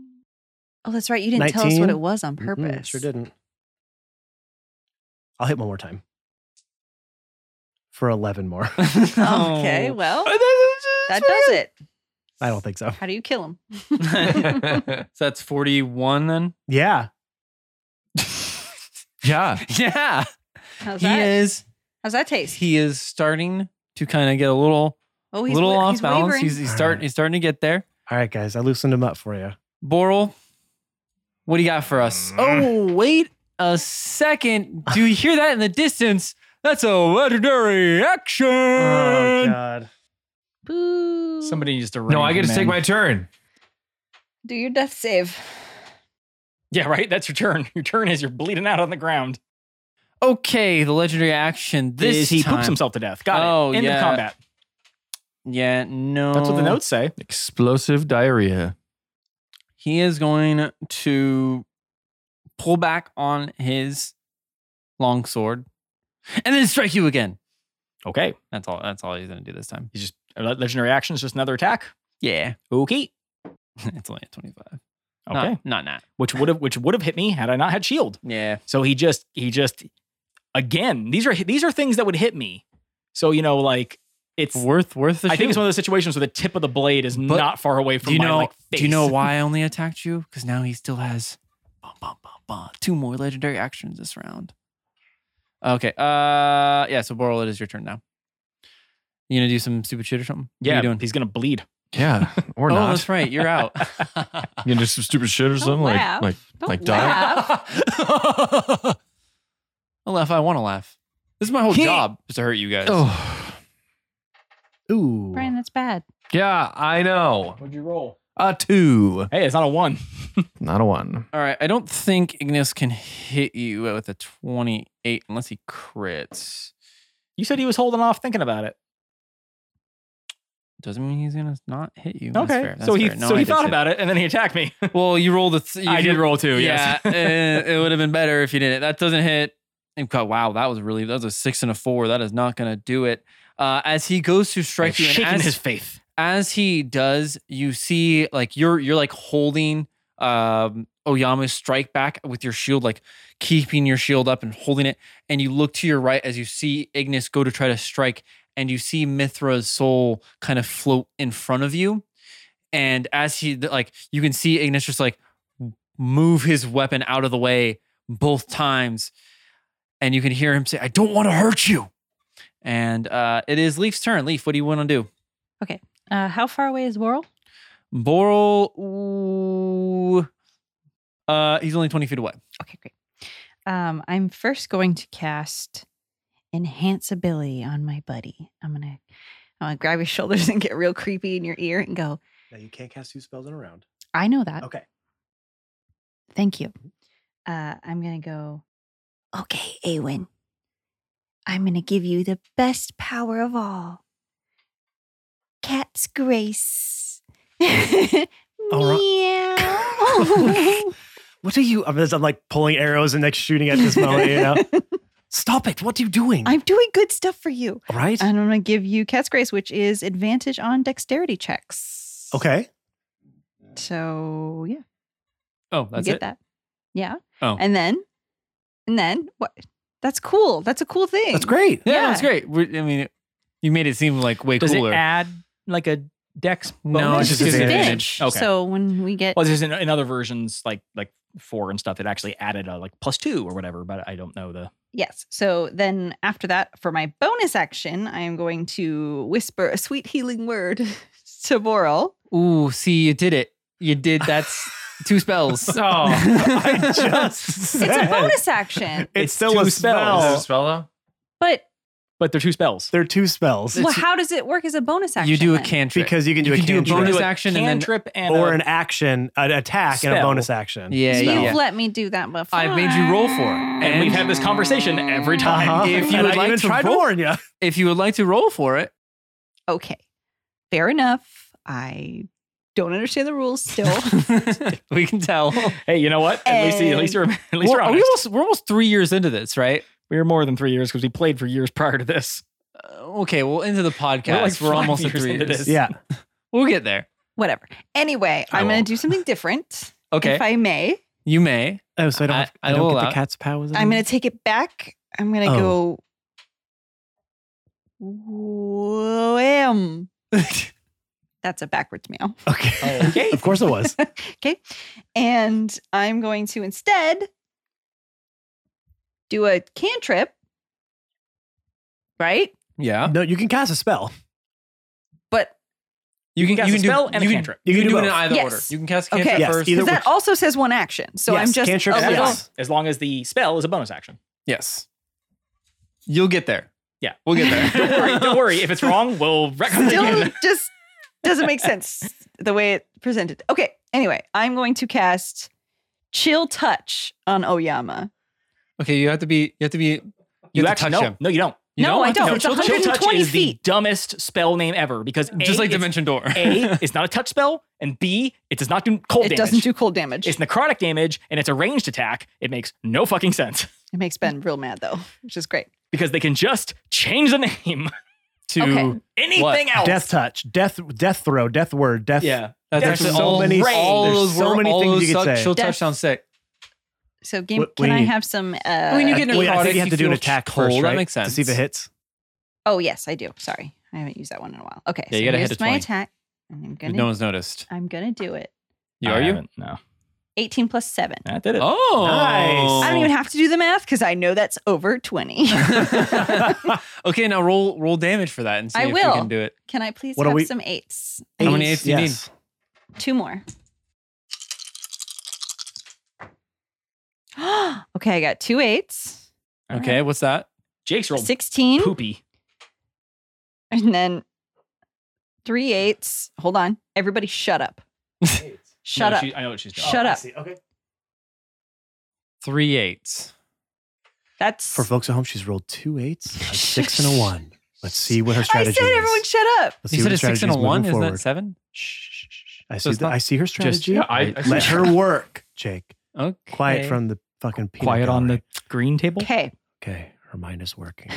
Speaker 5: Oh, that's right. You didn't tell us
Speaker 4: 19?
Speaker 5: what it was on
Speaker 4: Mm-mm,
Speaker 5: purpose.
Speaker 4: sure didn't. I'll hit one more time for eleven more.
Speaker 5: Okay,
Speaker 2: No.
Speaker 5: well, that does it.
Speaker 4: I don't think so.
Speaker 5: How do you kill him?
Speaker 2: so that's 41 then?
Speaker 4: Yeah,
Speaker 6: yeah.
Speaker 2: Yeah.
Speaker 5: How's
Speaker 2: He
Speaker 5: that?
Speaker 2: is
Speaker 5: How's that taste?
Speaker 2: he is starting to kind of get a little
Speaker 5: Oh, he's
Speaker 2: little
Speaker 5: wa-
Speaker 2: off
Speaker 5: he's
Speaker 2: balance.
Speaker 5: wavering.
Speaker 2: He's he's
Speaker 4: All
Speaker 2: start
Speaker 4: right.
Speaker 2: he's starting to get there.
Speaker 4: All right, guys, I loosened him up for you.
Speaker 2: Boral, what do you got for us? Oh, wait a second. Do you hear that in the distance? That's a legendary action.
Speaker 4: Oh,
Speaker 3: Oh,
Speaker 4: God!
Speaker 5: Boo.
Speaker 3: Somebody needs to.
Speaker 6: No,
Speaker 3: rein
Speaker 6: I get
Speaker 3: him
Speaker 6: to take
Speaker 3: in.
Speaker 6: my turn.
Speaker 5: do your death save.
Speaker 3: Yeah, right. That's your turn. Your turn is you're bleeding out on the ground.
Speaker 2: Okay, the legendary action this
Speaker 3: is he
Speaker 2: time.
Speaker 3: poops himself to death. Got
Speaker 2: Oh,
Speaker 3: it. End
Speaker 2: yeah.
Speaker 3: of combat.
Speaker 2: Yeah, no.
Speaker 3: That's what
Speaker 4: Oh.
Speaker 3: the notes say.
Speaker 6: Explosive diarrhea.
Speaker 2: He is going to pull back on his longsword and then strike you again.
Speaker 3: Okay.
Speaker 2: That's all that's all he's going to do this time.
Speaker 3: He's just a le- legendary action is just another attack.
Speaker 2: Yeah.
Speaker 3: Okay.
Speaker 2: it's only a 25. Not-
Speaker 3: Okay.
Speaker 2: Not not.
Speaker 3: Which would have which would have hit me had I not had shield.
Speaker 2: Yeah.
Speaker 3: So he just he just again these are these are things that would hit me. So you know like it's
Speaker 2: Worth worth the
Speaker 3: I think it's
Speaker 2: shoot.
Speaker 3: one of those situations where the tip of the blade is
Speaker 2: But
Speaker 3: not far away from
Speaker 2: Do you
Speaker 3: my
Speaker 2: know
Speaker 3: like, face.
Speaker 2: do you know why I only attacked you? Cuz now he still has bum, bum, bum, bum, two more legendary actions this round. Okay. Uh yeah, so Boral it is your turn now. You going to do some stupid shit or something? What are
Speaker 3: Yeah,
Speaker 2: you doing?
Speaker 3: he's gonna bleed.
Speaker 6: Yeah, or
Speaker 2: oh,
Speaker 6: not.
Speaker 2: that's right. You're out.
Speaker 6: You know, just some stupid shit or something
Speaker 5: laugh.
Speaker 6: like like
Speaker 5: Don't
Speaker 6: like die.
Speaker 2: I'll laugh. I want to laugh. This is my whole job is to hurt you guys.
Speaker 6: Oh,
Speaker 4: Ooh,
Speaker 5: Brian, that's bad.
Speaker 6: yeah, I know.
Speaker 3: What'd you roll?
Speaker 6: A two,
Speaker 3: Hey, it's not a one.
Speaker 6: not a one.
Speaker 2: All right. I don't think Ignis can hit you with a 28 unless he crits.
Speaker 3: You said he was holding off thinking about it.
Speaker 2: Doesn't mean he's gonna not hit you. That's
Speaker 3: Okay,
Speaker 2: fair. That's
Speaker 3: so he
Speaker 2: fair. No,
Speaker 3: so
Speaker 2: I
Speaker 3: he
Speaker 2: did
Speaker 3: thought
Speaker 2: say-
Speaker 3: about it and then he attacked me.
Speaker 2: Well, you rolled a. Th-
Speaker 3: I
Speaker 2: you-
Speaker 3: did roll two.
Speaker 2: Yeah,
Speaker 3: Yes.
Speaker 2: eh, it would have been better if you didn't. That doesn't hit. And God, wow, that was really that was a six and a four. That is not gonna do it. Uh, as he goes to strike you, and
Speaker 3: shaking
Speaker 2: as
Speaker 3: his faith.
Speaker 2: as he does, you see like you're you're like holding um Oyama's strike back with your shield, like keeping your shield up and holding it. And you look to your right as you see Ignis go to try to strike, and you see Mithra's soul kind of float in front of you. And as he like you can see Ignis just like move his weapon out of the way both times. And you can hear him say, I don't want to hurt you. And uh, it is Leaf's turn. Leaf, what do you want to do?
Speaker 5: Uh, how far away is Worrell?
Speaker 2: Boral, ooh, uh, he's only twenty feet away.
Speaker 5: Okay, great. Um, I'm first going to cast Enhance Ability on my buddy. I'm gonna, I'm gonna grab his shoulders and get real creepy in your ear and go.
Speaker 4: Now you can't cast two spells in a round.
Speaker 5: I know that.
Speaker 4: Okay.
Speaker 5: Thank you. Uh, I'm gonna go. Okay, Awen. I'm gonna give you the best power of all. Cat's grace. Meow.
Speaker 4: What are you? I'm, just, I'm like pulling arrows and like shooting at this moment. You know, Stop it. What are you doing?
Speaker 5: I'm doing good stuff for you.
Speaker 4: All right.
Speaker 5: And I'm going to give you Cat's Grace, which is advantage on dexterity checks.
Speaker 4: okay.
Speaker 5: So, yeah,
Speaker 2: Oh,
Speaker 5: you
Speaker 2: that's
Speaker 5: get
Speaker 2: it.
Speaker 5: that. Yeah.
Speaker 2: Oh.
Speaker 5: And then, and then, what? That's cool. That's a cool thing.
Speaker 4: That's great.
Speaker 2: Yeah,
Speaker 5: Yeah.
Speaker 2: that's great. we I mean, you made it seem like way
Speaker 3: Does
Speaker 2: cooler.
Speaker 3: it add like a dex?
Speaker 2: No, it's
Speaker 3: bonus?
Speaker 5: It's
Speaker 2: just
Speaker 5: just
Speaker 2: advantage.
Speaker 5: advantage.
Speaker 3: Okay.
Speaker 5: So when we get
Speaker 3: Well, there's in, in other versions like like four and stuff. It actually added a like plus two or whatever, but I don't know the.
Speaker 5: Yes. So then after that, for my bonus action, I am going to whisper a sweet healing word to Boral.
Speaker 2: Ooh, see, you did it. You did. That's two spells.
Speaker 6: Oh,
Speaker 4: I just
Speaker 5: It's a
Speaker 4: said-
Speaker 5: bonus action,
Speaker 4: It's,
Speaker 3: It's
Speaker 4: still
Speaker 3: two
Speaker 4: a
Speaker 3: spells.
Speaker 6: is
Speaker 4: spell.
Speaker 6: that a spell though?
Speaker 5: but
Speaker 3: But they're two spells.
Speaker 4: They're two spells.
Speaker 5: well, how does it work as a bonus action?
Speaker 2: you do a
Speaker 5: then?
Speaker 2: cantrip
Speaker 4: because you can do
Speaker 2: you
Speaker 4: a
Speaker 2: can do a
Speaker 4: cantrip
Speaker 2: bonus
Speaker 3: Do a
Speaker 2: action and then-
Speaker 3: cantrip and
Speaker 4: or
Speaker 3: a-
Speaker 4: an action, an attack, and a
Speaker 3: Spell.
Speaker 4: bonus action.
Speaker 2: Yeah,
Speaker 5: You've
Speaker 2: yeah, yeah.
Speaker 5: let me do that before.
Speaker 2: I've made you roll for it, and,
Speaker 3: And we've had this conversation every time.
Speaker 4: Uh-huh.
Speaker 2: If you
Speaker 4: And
Speaker 2: would
Speaker 4: I
Speaker 2: like
Speaker 4: even
Speaker 2: to
Speaker 4: tried to
Speaker 2: roll-
Speaker 4: warn you.
Speaker 2: if you would like to roll for it,
Speaker 5: Okay. Fair enough. I don't understand the rules still.
Speaker 2: we can tell.
Speaker 3: Hey, you know what? At least, at least you're at least
Speaker 2: We're,
Speaker 3: you're
Speaker 2: are we
Speaker 3: honest.
Speaker 2: almost, we're almost three years into this, right?
Speaker 3: We were more than three years because we played for years prior to this.
Speaker 2: Uh, okay, well, into the podcast, we're,
Speaker 3: We're like five
Speaker 2: almost at
Speaker 3: years
Speaker 2: three
Speaker 3: into
Speaker 2: years.
Speaker 3: this.
Speaker 4: Yeah.
Speaker 2: We'll get there.
Speaker 5: Whatever. Anyway,
Speaker 6: I
Speaker 5: I'm going
Speaker 6: won't.
Speaker 5: to do something different,
Speaker 2: Okay,
Speaker 5: if I may.
Speaker 2: you may.
Speaker 4: Oh, so I don't.
Speaker 2: I-
Speaker 4: have,
Speaker 2: I
Speaker 4: I, don't
Speaker 2: will
Speaker 4: get
Speaker 2: allow it.
Speaker 4: the cat's powers.
Speaker 5: I'm
Speaker 4: anymore?
Speaker 5: gonna take it back. I'm gonna go. Wham. That's a backwards meow.
Speaker 4: Okay.
Speaker 2: oh,
Speaker 3: Okay.
Speaker 4: of course it was.
Speaker 5: Okay. And I'm going to instead do a cantrip. Right?
Speaker 2: Yeah,
Speaker 4: No, you can cast a spell.
Speaker 5: But
Speaker 2: you can.
Speaker 3: cast
Speaker 2: you
Speaker 3: a
Speaker 2: can do-
Speaker 3: spell and a
Speaker 2: you can-
Speaker 3: cantrip.
Speaker 2: You can do it in
Speaker 4: both.
Speaker 2: either
Speaker 5: Yes.
Speaker 2: order. You can cast a
Speaker 5: Okay.
Speaker 2: cantrip
Speaker 4: Yes,
Speaker 2: first.
Speaker 4: either
Speaker 5: because that
Speaker 4: works.
Speaker 5: also says one action. So
Speaker 4: Yes,
Speaker 5: I'm just
Speaker 4: cantrips,
Speaker 3: Oh,
Speaker 5: a
Speaker 4: yes.
Speaker 5: little
Speaker 4: Yes.
Speaker 3: As long as the spell is a bonus action.
Speaker 2: Yes, you'll get there.
Speaker 3: Yeah.
Speaker 2: we'll get
Speaker 3: Don't worry.
Speaker 2: there.
Speaker 3: Don't worry. If it's wrong, we'll recommend
Speaker 5: still
Speaker 3: it.
Speaker 5: just doesn't make sense the way it presented. Okay, anyway, I'm going to cast Chill Touch on Oyama.
Speaker 2: okay, you have to be. You have to be. You,
Speaker 3: You
Speaker 2: have to
Speaker 3: actually
Speaker 2: touch
Speaker 3: no,
Speaker 2: him.
Speaker 3: no, you don't.
Speaker 2: You
Speaker 5: No, I
Speaker 2: have to
Speaker 5: don't.
Speaker 2: touch
Speaker 5: It's
Speaker 2: him.
Speaker 3: Chill- Chill touch
Speaker 5: 120
Speaker 3: is the
Speaker 5: feet.
Speaker 3: dumbest spell name ever because a,
Speaker 2: Just like
Speaker 3: it's-
Speaker 2: Dimension Door.
Speaker 3: A, it's not a touch spell, and B, it does not do cold
Speaker 5: it
Speaker 3: damage.
Speaker 5: doesn't do cold damage.
Speaker 3: It's necrotic damage, and it's a ranged attack. It makes no fucking sense
Speaker 5: it makes Ben real mad though, which is great.
Speaker 3: because they can just change the name to
Speaker 5: Okay.
Speaker 3: anything
Speaker 2: Oh.
Speaker 3: else.
Speaker 4: Death touch, death, death throw, death word, death. Uh,
Speaker 3: Yeah.
Speaker 2: That's
Speaker 4: There's
Speaker 2: actually
Speaker 4: so
Speaker 2: all,
Speaker 4: many-
Speaker 2: all
Speaker 4: there's
Speaker 2: those
Speaker 4: so
Speaker 2: wor-
Speaker 4: many
Speaker 2: all
Speaker 4: things
Speaker 2: those
Speaker 4: you could
Speaker 2: suck-
Speaker 4: say.
Speaker 2: She'll
Speaker 5: Death-
Speaker 2: touch down sick.
Speaker 5: So game,
Speaker 4: What- what
Speaker 5: can
Speaker 4: do
Speaker 5: I
Speaker 4: you need?
Speaker 5: have some? Uh,
Speaker 2: I mean, Oh, you get
Speaker 4: Wait, I
Speaker 2: necrotic,
Speaker 4: think you have to do an
Speaker 2: feels
Speaker 4: attack
Speaker 2: cold.
Speaker 4: first,
Speaker 2: That
Speaker 4: right?
Speaker 2: makes sense.
Speaker 4: To see if it hits.
Speaker 5: oh yes, I do. Sorry, I haven't used that one in a while. Okay,
Speaker 2: Yeah, you
Speaker 5: so
Speaker 2: gotta hit
Speaker 5: here's
Speaker 2: a
Speaker 5: my
Speaker 2: 20.
Speaker 5: attack, and I'm gonna
Speaker 2: No one's noticed.
Speaker 5: I'm gonna do it.
Speaker 2: You
Speaker 3: I
Speaker 2: are you?
Speaker 3: haven't, No.
Speaker 5: 18 plus seven.
Speaker 3: That did it.
Speaker 2: Oh,
Speaker 4: Nice.
Speaker 5: I don't even have to do the math because I know that's over 20.
Speaker 2: okay, now roll roll damage for that and see
Speaker 5: I
Speaker 2: if
Speaker 5: will.
Speaker 2: we can do it.
Speaker 5: Can I please
Speaker 4: What are
Speaker 5: have
Speaker 4: we-
Speaker 5: some eights?
Speaker 2: How many eights do you need?
Speaker 4: yes.
Speaker 5: Two more. okay, I got two eights,
Speaker 2: Okay, what's that?
Speaker 3: Jake's rolled
Speaker 5: 16,
Speaker 3: poopy.
Speaker 5: and then three eights. Hold on. Everybody shut up. shut
Speaker 3: No,
Speaker 5: up.
Speaker 3: she- oh, I know what she's doing.
Speaker 5: shut up.
Speaker 4: Okay.
Speaker 2: Three eights.
Speaker 5: That's.
Speaker 4: For folks at home, she's rolled two eights, a six, and a one. Let's see what her
Speaker 5: I
Speaker 4: strategy
Speaker 5: said
Speaker 4: is.
Speaker 5: everyone shut up.
Speaker 4: Let's
Speaker 2: You
Speaker 4: see
Speaker 2: said
Speaker 4: what her
Speaker 2: a six
Speaker 4: strategy
Speaker 2: and a
Speaker 4: is moving
Speaker 2: one, isn't
Speaker 4: forward.
Speaker 2: that seven?
Speaker 4: Shh, shh, shh.
Speaker 2: So
Speaker 4: I see.
Speaker 2: it's
Speaker 4: the,
Speaker 2: not
Speaker 4: I see her strategy.
Speaker 6: yeah, I- I see
Speaker 4: Let her work, Jake.
Speaker 2: Okay.
Speaker 4: Quiet from the fucking peanut
Speaker 3: Quiet on the
Speaker 4: gallery.
Speaker 3: green table.
Speaker 5: Okay,
Speaker 4: Okay, her mind is working.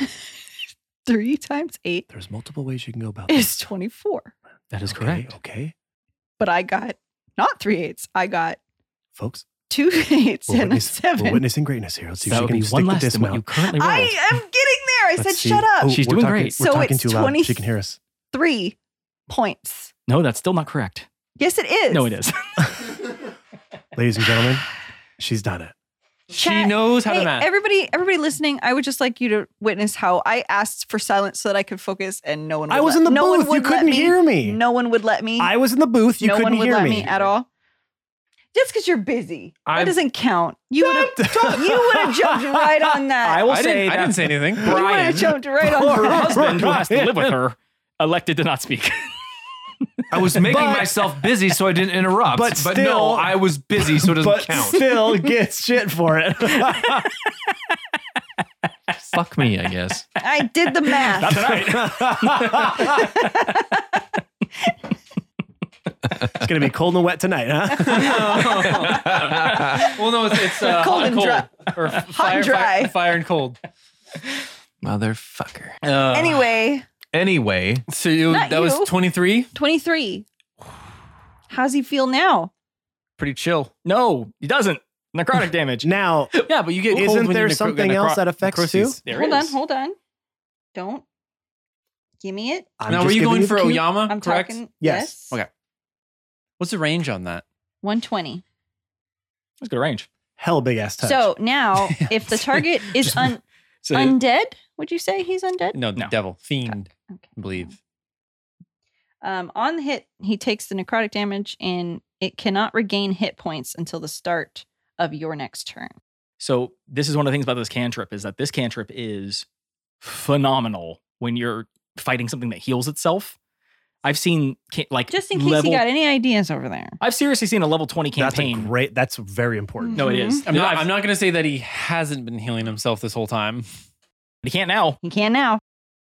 Speaker 5: three times eight
Speaker 4: There's multiple ways you can go about
Speaker 5: is
Speaker 4: this.
Speaker 5: 24.
Speaker 2: that is
Speaker 4: Okay,
Speaker 2: correct.
Speaker 4: Okay,
Speaker 5: But I got not three eights. I got
Speaker 4: folks,
Speaker 5: two eights
Speaker 4: we're,
Speaker 5: and
Speaker 4: witness-
Speaker 5: a
Speaker 4: we're
Speaker 5: 7
Speaker 4: witnessing greatness here. Let's see if
Speaker 3: that
Speaker 4: she
Speaker 3: would
Speaker 4: can
Speaker 3: be
Speaker 4: stick
Speaker 3: one
Speaker 4: the
Speaker 3: less than what
Speaker 4: dismount.
Speaker 3: you currently rolled.
Speaker 5: I am getting there. I
Speaker 4: Let's
Speaker 5: said
Speaker 4: see.
Speaker 5: shut up.
Speaker 4: Oh,
Speaker 3: She's
Speaker 4: we're
Speaker 3: doing
Speaker 4: talking-
Speaker 3: great.
Speaker 4: We're
Speaker 5: So
Speaker 4: talking
Speaker 5: it's
Speaker 4: too loud.
Speaker 5: 20
Speaker 4: She can hear us.
Speaker 5: Three points.
Speaker 3: no, that's still not correct.
Speaker 5: Yes, it is.
Speaker 3: No, it is.
Speaker 4: Ladies and gentlemen, she's done it.
Speaker 2: She
Speaker 5: Chat-
Speaker 2: knows how
Speaker 5: Hey,
Speaker 2: to math.
Speaker 5: everybody, everybody listening, I would just like you to witness how I asked for silence so that I could focus, and no one. Would
Speaker 4: I was
Speaker 5: let-
Speaker 4: in the
Speaker 5: no one
Speaker 4: booth. You
Speaker 5: would let
Speaker 4: couldn't hear me.
Speaker 5: No one would let me.
Speaker 4: I was in the booth. You
Speaker 5: no
Speaker 4: couldn't
Speaker 5: one would
Speaker 4: hear
Speaker 5: let me.
Speaker 4: me.
Speaker 5: at all. Just because you're busy, that
Speaker 6: I'm-
Speaker 5: doesn't count. You would have. you would have jumped right on that.
Speaker 3: I will
Speaker 2: I,
Speaker 3: say
Speaker 2: didn't, I
Speaker 3: that
Speaker 2: didn't say anything.
Speaker 5: you would have jumped right on
Speaker 3: her
Speaker 5: that.
Speaker 3: husband, who has to live with her, elected to not speak.
Speaker 6: I was making
Speaker 4: But-
Speaker 6: myself busy so I didn't interrupt.
Speaker 4: But
Speaker 6: But, no,
Speaker 4: still-
Speaker 6: I was busy so it doesn't
Speaker 4: But
Speaker 6: count.
Speaker 4: still gets shit for it.
Speaker 6: Fuck me, I guess.
Speaker 5: I did the math.
Speaker 4: it's gonna be cold and wet tonight, huh?
Speaker 2: well, no, it's, it's uh,
Speaker 5: Cold
Speaker 2: hot
Speaker 5: and dry.
Speaker 2: Or
Speaker 5: and
Speaker 2: fire,
Speaker 5: dry.
Speaker 2: Fire, fire and cold.
Speaker 6: Motherfucker.
Speaker 3: Uh,
Speaker 5: anyway,
Speaker 6: Anyway,
Speaker 2: So you,
Speaker 5: Not
Speaker 2: that was
Speaker 5: you.
Speaker 2: 23.
Speaker 5: 23. How's he feel now?
Speaker 2: Pretty chill.
Speaker 3: No, he doesn't. Necrotic damage.
Speaker 4: Now,
Speaker 2: Yeah, but you get
Speaker 4: Isn't there something else that affects
Speaker 3: There
Speaker 5: hold
Speaker 3: is.
Speaker 5: on, hold on. Don't give me it.
Speaker 4: I'm
Speaker 2: now,
Speaker 4: just
Speaker 2: were you
Speaker 4: giving
Speaker 2: going
Speaker 4: the
Speaker 2: for
Speaker 4: cue.
Speaker 2: Oyama?
Speaker 5: I'm
Speaker 2: Uh, correct.
Speaker 5: talking.
Speaker 4: Yes.
Speaker 2: Okay. What's the range on that?
Speaker 5: 120.
Speaker 3: That's good range.
Speaker 4: Hell, big ass touch.
Speaker 5: So now, if the target is
Speaker 2: Just-
Speaker 5: un-
Speaker 2: So,
Speaker 5: undead, would you say he's undead?
Speaker 2: no,
Speaker 3: No.
Speaker 2: devil, fiend,
Speaker 5: Okay.
Speaker 2: I believe.
Speaker 5: Um, on the hit, he takes the necrotic damage and it cannot regain hit points until the start of your next turn.
Speaker 3: So this is one of the things about this cantrip is that this cantrip is phenomenal when you're fighting something that heals itself. I've seen ca- like
Speaker 5: Just in case
Speaker 3: level,
Speaker 5: you got any ideas over there.
Speaker 3: I've seriously seen a level 20
Speaker 4: that's a
Speaker 3: campaign.
Speaker 4: great. That's very important.
Speaker 3: no, it
Speaker 5: Mm-hmm.
Speaker 3: is.
Speaker 2: I'm not,
Speaker 3: I've-
Speaker 2: I'm not going to say that he hasn't been healing himself this whole time.
Speaker 3: He can't now.
Speaker 5: He can now.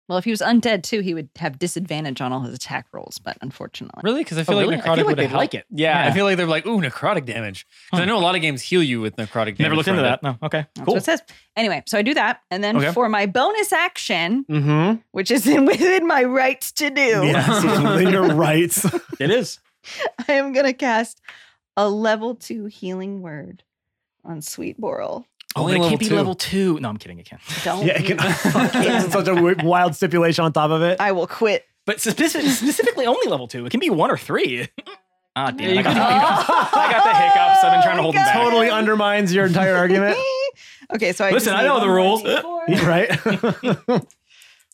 Speaker 5: Well, if he was undead too, he would have disadvantage on all his attack rolls, but unfortunately.
Speaker 2: Really? Because I feel
Speaker 3: Oh,
Speaker 2: like
Speaker 3: really? I
Speaker 2: necrotic
Speaker 3: feel like
Speaker 2: would
Speaker 3: they'd
Speaker 2: have
Speaker 3: like it.
Speaker 2: Yeah, I
Speaker 3: Yeah.
Speaker 2: feel like they're like, ooh, necrotic damage. Because I
Speaker 3: Hmm.
Speaker 2: know a lot of games heal you with necrotic damage.
Speaker 3: Never looked into
Speaker 2: from it.
Speaker 3: that. No. Okay.
Speaker 5: That's
Speaker 3: Cool.
Speaker 5: what it says. Anyway, so I do that. And then
Speaker 2: Okay. Mm.
Speaker 5: for my bonus action,
Speaker 4: Mm-hmm.
Speaker 5: which is in, within my rights to do,
Speaker 4: Yes, it's within your rights.
Speaker 3: It is.
Speaker 5: I am going to cast a level two healing word on Sweet Boral.
Speaker 2: Only
Speaker 3: but it
Speaker 2: level
Speaker 3: can't be
Speaker 2: two.
Speaker 3: level two. No, I'm kidding. It can.
Speaker 5: Don't.
Speaker 4: yeah, it can, it's such a weird- wild stipulation on top of it.
Speaker 5: I will quit.
Speaker 3: But specific, specifically only level two. It can be one or three. Ah, damn. I got, the,
Speaker 5: Oh.
Speaker 3: I got the hiccups. I've been trying to hold them back.
Speaker 4: totally undermines your entire argument,
Speaker 5: okay, so I
Speaker 3: Listen,
Speaker 5: just
Speaker 3: I
Speaker 5: need
Speaker 3: know the
Speaker 5: one more
Speaker 3: rules.
Speaker 5: D4.
Speaker 4: right?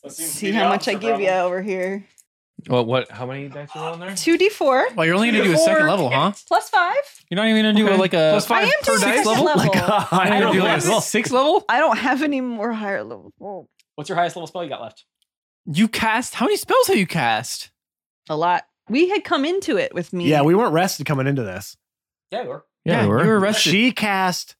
Speaker 5: See how much I give you over here.
Speaker 6: what? What? How many dice are on there?
Speaker 5: Two D four
Speaker 2: Well, you're only going to do a second level, huh?
Speaker 5: plus five.
Speaker 2: You're not even going to do
Speaker 6: Okay.
Speaker 2: like a
Speaker 6: Plus
Speaker 5: I
Speaker 6: five
Speaker 5: am
Speaker 6: per
Speaker 5: doing
Speaker 6: dice
Speaker 5: second
Speaker 3: Oh
Speaker 6: level.
Speaker 5: level.
Speaker 2: I
Speaker 4: uh, I
Speaker 2: don't
Speaker 4: don't
Speaker 2: do
Speaker 4: know.
Speaker 2: like a six level.
Speaker 5: I don't have any more higher level. Whoa.
Speaker 3: What's your highest level spell you got left?
Speaker 2: You cast how many spells have you cast?
Speaker 5: A lot. We had come into it with me.
Speaker 4: Yeah, we weren't rested coming into this.
Speaker 3: Yeah, you are.
Speaker 6: they
Speaker 2: you were rested.
Speaker 4: She cast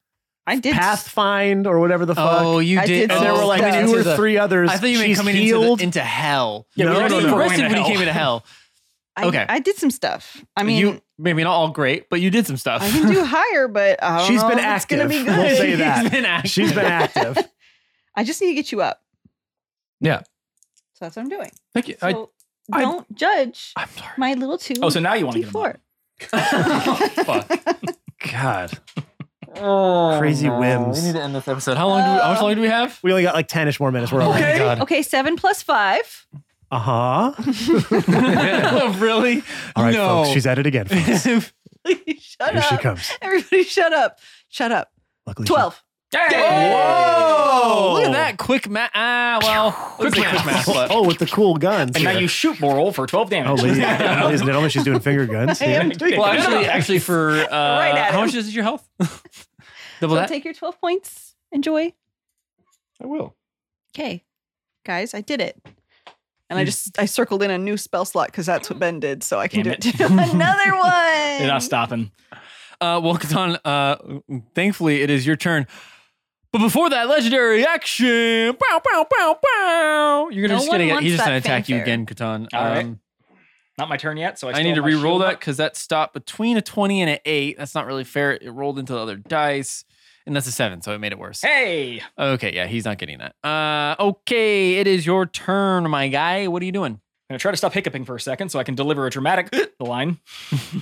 Speaker 5: I did.
Speaker 4: Pathfind or whatever the fuck.
Speaker 2: oh, you
Speaker 5: I
Speaker 2: did.
Speaker 5: did
Speaker 4: and there
Speaker 5: oh,
Speaker 4: were like
Speaker 5: coming
Speaker 4: two or
Speaker 2: into the-
Speaker 4: three others.
Speaker 2: I thought you meant
Speaker 4: She's
Speaker 2: coming into,
Speaker 4: healed.
Speaker 2: the, into hell.
Speaker 3: Yeah,
Speaker 4: No,
Speaker 2: you
Speaker 4: no,
Speaker 2: were
Speaker 4: no, no.
Speaker 2: arrested
Speaker 3: Going to
Speaker 2: when he
Speaker 3: hell.
Speaker 2: came into hell.
Speaker 5: I,
Speaker 2: okay.
Speaker 5: I did some stuff. I mean,
Speaker 2: you maybe not all great, but you did some stuff.
Speaker 5: I can do higher, but I don't
Speaker 4: She's
Speaker 5: know
Speaker 4: been
Speaker 5: if it's gonna
Speaker 4: active.
Speaker 5: be
Speaker 4: We'll
Speaker 5: good.
Speaker 4: say
Speaker 2: He's
Speaker 4: that.
Speaker 2: been active.
Speaker 4: She's been active.
Speaker 5: I just need to get you up.
Speaker 6: Yeah.
Speaker 5: So that's what I'm doing.
Speaker 6: Thank you. I,
Speaker 5: So
Speaker 6: I-
Speaker 5: don't judge
Speaker 6: I'm sorry.
Speaker 5: my little two.
Speaker 3: Oh, so now you want to get him
Speaker 5: D4.
Speaker 3: up. Oh, fuck.
Speaker 4: God,
Speaker 2: Oh,
Speaker 4: Crazy whims.
Speaker 2: to end this episode. How long? do we, how much longer do we have?
Speaker 4: we only got like ten-ish more minutes. We're all
Speaker 2: Oh my God.
Speaker 5: Okay, seven plus five.
Speaker 4: Uh huh.
Speaker 2: really?
Speaker 4: All right,
Speaker 2: no.
Speaker 4: folks. She's at it again. folks.
Speaker 5: Please shut
Speaker 4: Here she
Speaker 5: up.
Speaker 4: comes.
Speaker 5: Everybody shut up. Shut up.
Speaker 4: Luckily, she-
Speaker 5: 12.
Speaker 2: Whoa! Look at that quick math. Ah, well, quick
Speaker 3: math.
Speaker 2: math. but-
Speaker 4: Oh, with the cool guns.
Speaker 3: And now
Speaker 4: here.
Speaker 3: you shoot Boral for 12
Speaker 4: Oh,
Speaker 3: damage.
Speaker 4: ladies, ladies and gentlemen, she's doing finger guns.
Speaker 5: I am
Speaker 4: here.
Speaker 5: doing
Speaker 2: Well,
Speaker 5: it.
Speaker 2: actually, actually, for uh,
Speaker 5: Right at
Speaker 2: how
Speaker 5: him.
Speaker 2: much is your health? Double
Speaker 5: So
Speaker 2: that.
Speaker 5: take your 12 points. Enjoy.
Speaker 6: I will.
Speaker 5: Okay, guys, I did it. And I just I circled in a new spell slot because that's what Ben did, so I can
Speaker 3: Damn
Speaker 5: do it. Another one.
Speaker 3: You're not stopping.
Speaker 2: Uh, well, Catan, uh, thankfully it is your turn. But before that legendary action, pow, pow, pow, pow, you're gonna
Speaker 5: No
Speaker 2: just
Speaker 5: one
Speaker 2: gonna get,
Speaker 5: wants
Speaker 2: he's just
Speaker 5: that
Speaker 2: gonna attack you
Speaker 5: fanfare.
Speaker 2: again, Catan.
Speaker 3: All right.
Speaker 2: Um,
Speaker 3: Not my turn yet, so I,
Speaker 2: I
Speaker 3: still
Speaker 2: need to
Speaker 3: have my
Speaker 2: re-roll
Speaker 3: shield
Speaker 2: that
Speaker 3: up.
Speaker 2: because that stopped between a 20 and an 8. That's not really fair. It rolled into the other dice, and that's a 7, so it made it worse.
Speaker 3: Hey,
Speaker 2: Okay, yeah, he's not getting that. Uh, okay, it is your turn, my guy. What are you doing?
Speaker 3: I'm gonna try to stop hiccuping for a second so I can deliver a dramatic line.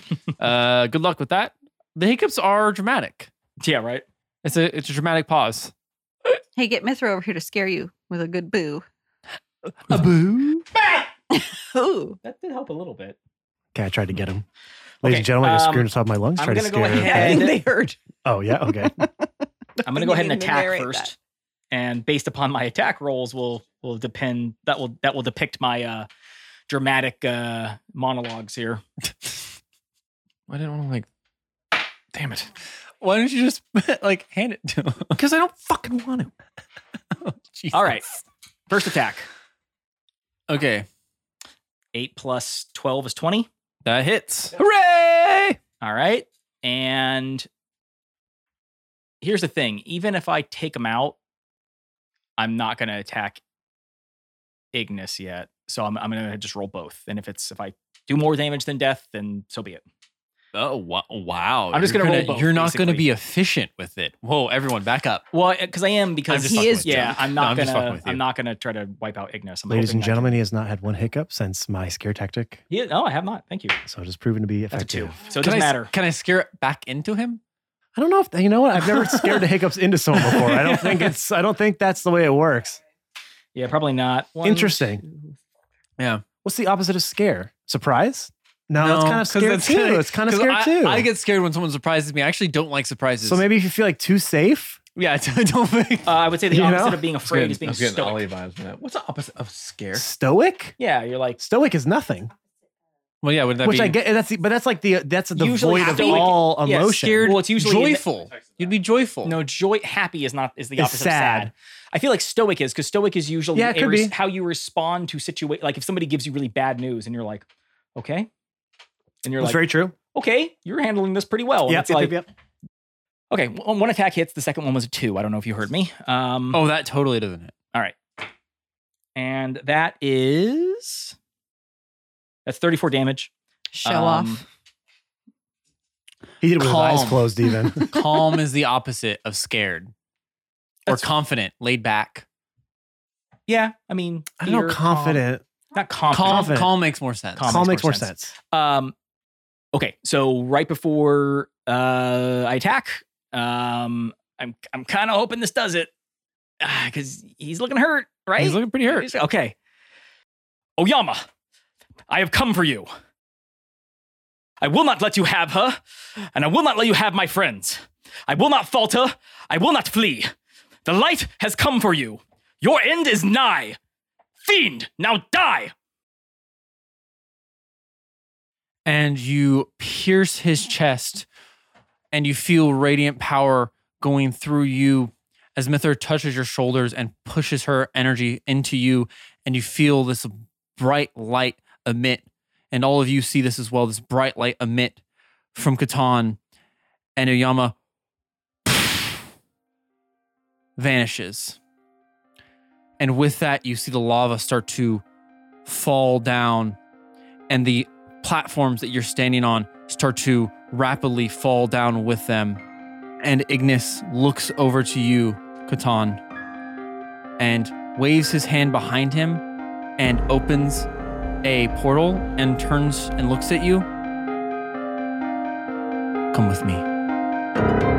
Speaker 2: Uh, good luck with that. The hiccups are dramatic.
Speaker 3: Yeah, right.
Speaker 2: It's a it's a dramatic pause.
Speaker 5: Hey, get Mithra over here to scare you with a good boo.
Speaker 2: A boo.
Speaker 5: Ooh.
Speaker 3: That did help a little bit.
Speaker 4: Okay, I tried to get him. Ladies
Speaker 3: Okay,
Speaker 4: and gentlemen, I just
Speaker 3: um,
Speaker 4: screamed top of my lungs.
Speaker 3: I'm
Speaker 4: tried to
Speaker 3: gonna go
Speaker 4: scare her,
Speaker 3: ahead.
Speaker 4: okay?
Speaker 5: I think
Speaker 3: And-
Speaker 5: they heard.
Speaker 4: Oh yeah, okay.
Speaker 3: I'm gonna
Speaker 5: You
Speaker 3: go ahead and
Speaker 5: need to
Speaker 3: attack
Speaker 5: narrate
Speaker 3: first,
Speaker 5: that.
Speaker 3: and based upon my attack rolls will will depend that will that will depict my uh dramatic uh monologues here.
Speaker 6: I didn't want to like. Damn it!
Speaker 2: Why don't you just like hand it to him? Oh,
Speaker 6: Because I don't fucking want to.
Speaker 3: All right, first attack.
Speaker 2: Okay,
Speaker 3: Eight plus twelve is twenty.
Speaker 2: that hits. Hooray!
Speaker 3: All right, and here's the thing: even if I take him out, I'm not gonna attack Ignis yet. So I'm I'm gonna just roll both, and if it's if I do more damage than death, then so be it.
Speaker 2: Oh wa- wow!
Speaker 3: I'm just
Speaker 2: You're
Speaker 3: gonna roll both,
Speaker 2: You're not gonna
Speaker 3: basically.
Speaker 2: be efficient with it. Whoa, everyone, back up.
Speaker 3: Well, because I am
Speaker 2: I'm
Speaker 3: because
Speaker 2: just He fucking is with you.
Speaker 3: Yeah, I'm
Speaker 2: No,
Speaker 3: not
Speaker 2: I'm just fucking
Speaker 3: gonna.
Speaker 2: with you.
Speaker 3: I'm not gonna try to wipe out Ignis. I'm
Speaker 4: Ladies
Speaker 3: hoping
Speaker 4: and
Speaker 3: I-
Speaker 4: gentlemen, he has not had one hiccup since my scare tactic,
Speaker 3: Yeah, no, Oh, I have not. Thank you.
Speaker 4: so it has proven to be
Speaker 3: That's a
Speaker 4: effective.
Speaker 3: two. So it
Speaker 2: can I
Speaker 3: doesn't
Speaker 2: s-
Speaker 3: matter.
Speaker 2: Can I scare it back into him?
Speaker 4: I don't know if you know what I've never scared the hiccups into someone before. I don't think it's I don't think that's the way it works.
Speaker 3: Yeah, probably not. One,
Speaker 4: Interesting.
Speaker 3: two-
Speaker 4: What's the opposite of scare? Surprise? No, it's kind of
Speaker 2: 'cause
Speaker 4: scare
Speaker 2: that's
Speaker 4: too.
Speaker 2: kinda-
Speaker 4: it's kind of
Speaker 2: 'cause
Speaker 4: scare
Speaker 2: I,
Speaker 4: too.
Speaker 2: I get scared when someone surprises me. I actually don't like surprises.
Speaker 4: so maybe if you feel like too safe,
Speaker 2: yeah, I don't think.
Speaker 3: Uh, I would say the
Speaker 4: You know?
Speaker 3: opposite of being afraid is being
Speaker 6: I'm getting
Speaker 3: stoic.
Speaker 6: Ollie vibes from that. What's the opposite of scare?
Speaker 4: stoic.
Speaker 3: Yeah, you're like
Speaker 4: Stoic is nothing,
Speaker 2: well, yeah, wouldn't that
Speaker 4: which
Speaker 2: be
Speaker 4: I get. That's the, but that's like the that's the
Speaker 3: Usually
Speaker 4: void of
Speaker 3: stoic-
Speaker 4: all
Speaker 3: yeah,
Speaker 4: emotion.
Speaker 3: scared- Well, it's usually in the-
Speaker 2: joyful. You'd be joyful.
Speaker 3: no joy. Happy is not is the
Speaker 4: It's
Speaker 3: opposite of
Speaker 4: sad.
Speaker 3: sad. I feel like stoic is because stoic is usually
Speaker 4: Yeah, it
Speaker 3: a
Speaker 4: could
Speaker 3: res-
Speaker 4: be.
Speaker 3: how you respond to situation. Like if somebody gives you really bad news and you're like, okay, and you're
Speaker 4: That's
Speaker 3: like,
Speaker 4: very true.
Speaker 3: okay, you're handling this pretty well. And
Speaker 4: Yep,
Speaker 3: it's
Speaker 4: yep,
Speaker 3: like,
Speaker 4: yep, yep.
Speaker 3: okay, um, one one attack hits. The second one was a two. I don't know if you heard me. Um,
Speaker 2: Oh, that totally doesn't it.
Speaker 3: and that is that's 34 damage.
Speaker 5: Show
Speaker 3: Um,
Speaker 5: off.
Speaker 4: He did it with his eyes
Speaker 2: Calm.
Speaker 4: closed. Even
Speaker 2: Calm is the opposite of scared. Or
Speaker 3: That's-
Speaker 2: confident, laid back.
Speaker 3: Yeah, I mean,
Speaker 4: I don't know.
Speaker 3: fear,
Speaker 4: Confident.
Speaker 3: calm- not confident.
Speaker 2: Calm,
Speaker 4: Confident.
Speaker 2: calm makes more sense.
Speaker 3: Calm.
Speaker 4: Calm makes more sense.
Speaker 3: Um, okay, so right before uh, I attack, um, I'm I'm kind of hoping this does it because he's looking hurt, right?
Speaker 2: He's looking pretty hurt.
Speaker 3: He's- okay. Oyama, I have come for you. I will not let you have her, and I will not let you have my friends. I will not falter. I will not flee. The light has come for you. Your end is nigh. Fiend, now die!
Speaker 2: and you pierce his chest and you feel radiant power going through you as Mither touches your shoulders and pushes her energy into you and you feel this bright light emit and all of you see this as well this bright light emit from Catan and Oyama vanishes and with that you see the lava start to fall down and the platforms that you're standing on start to rapidly fall down with them. And Ignis looks over to you, Catan, and waves his hand behind him and opens a portal and turns and looks at you. Come with me.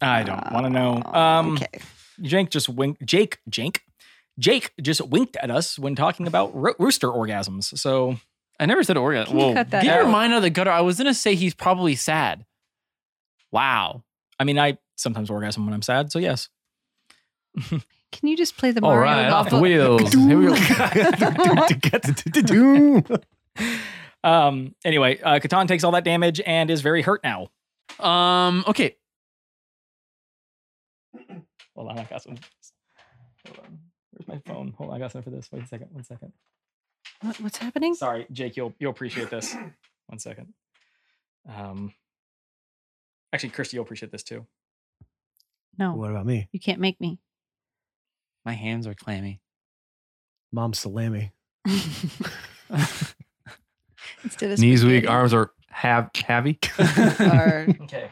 Speaker 3: I don't want to know. Um,
Speaker 5: Uh, oh, okay.
Speaker 3: Jake just winked. Jake, Jake, Jake just winked at us when talking about ro- rooster orgasms. So
Speaker 2: I never said Oregon.
Speaker 5: Can you
Speaker 2: Whoa.
Speaker 5: cut that
Speaker 2: Get your
Speaker 5: out?
Speaker 2: mind out of the gutter. I was gonna say he's probably sad. Wow.
Speaker 3: I mean, I sometimes orgasm when I'm sad. So yes,
Speaker 5: Can you just play the
Speaker 6: All
Speaker 5: Mario
Speaker 6: right, off the
Speaker 5: Bava-
Speaker 6: wheels. Here we go.
Speaker 4: Mm.
Speaker 3: Um. Anyway, uh, Catan takes all that damage and is very hurt now.
Speaker 2: Um, okay.
Speaker 3: Hold on, I got some. Hold on. Where's my phone? Hold on, I got something for this. Wait a second. One second.
Speaker 5: What, what's happening?
Speaker 3: Sorry, Jake. You'll you'll appreciate this. One second. Um. Actually, Kirsty, you'll appreciate this too.
Speaker 5: No,
Speaker 4: What about me?
Speaker 5: you can't make me.
Speaker 2: My hands are clammy.
Speaker 4: Mom salami.
Speaker 5: Instead of
Speaker 6: Knees
Speaker 5: spaghetti,
Speaker 6: weak, arms are have heavy.
Speaker 5: are
Speaker 3: Okay.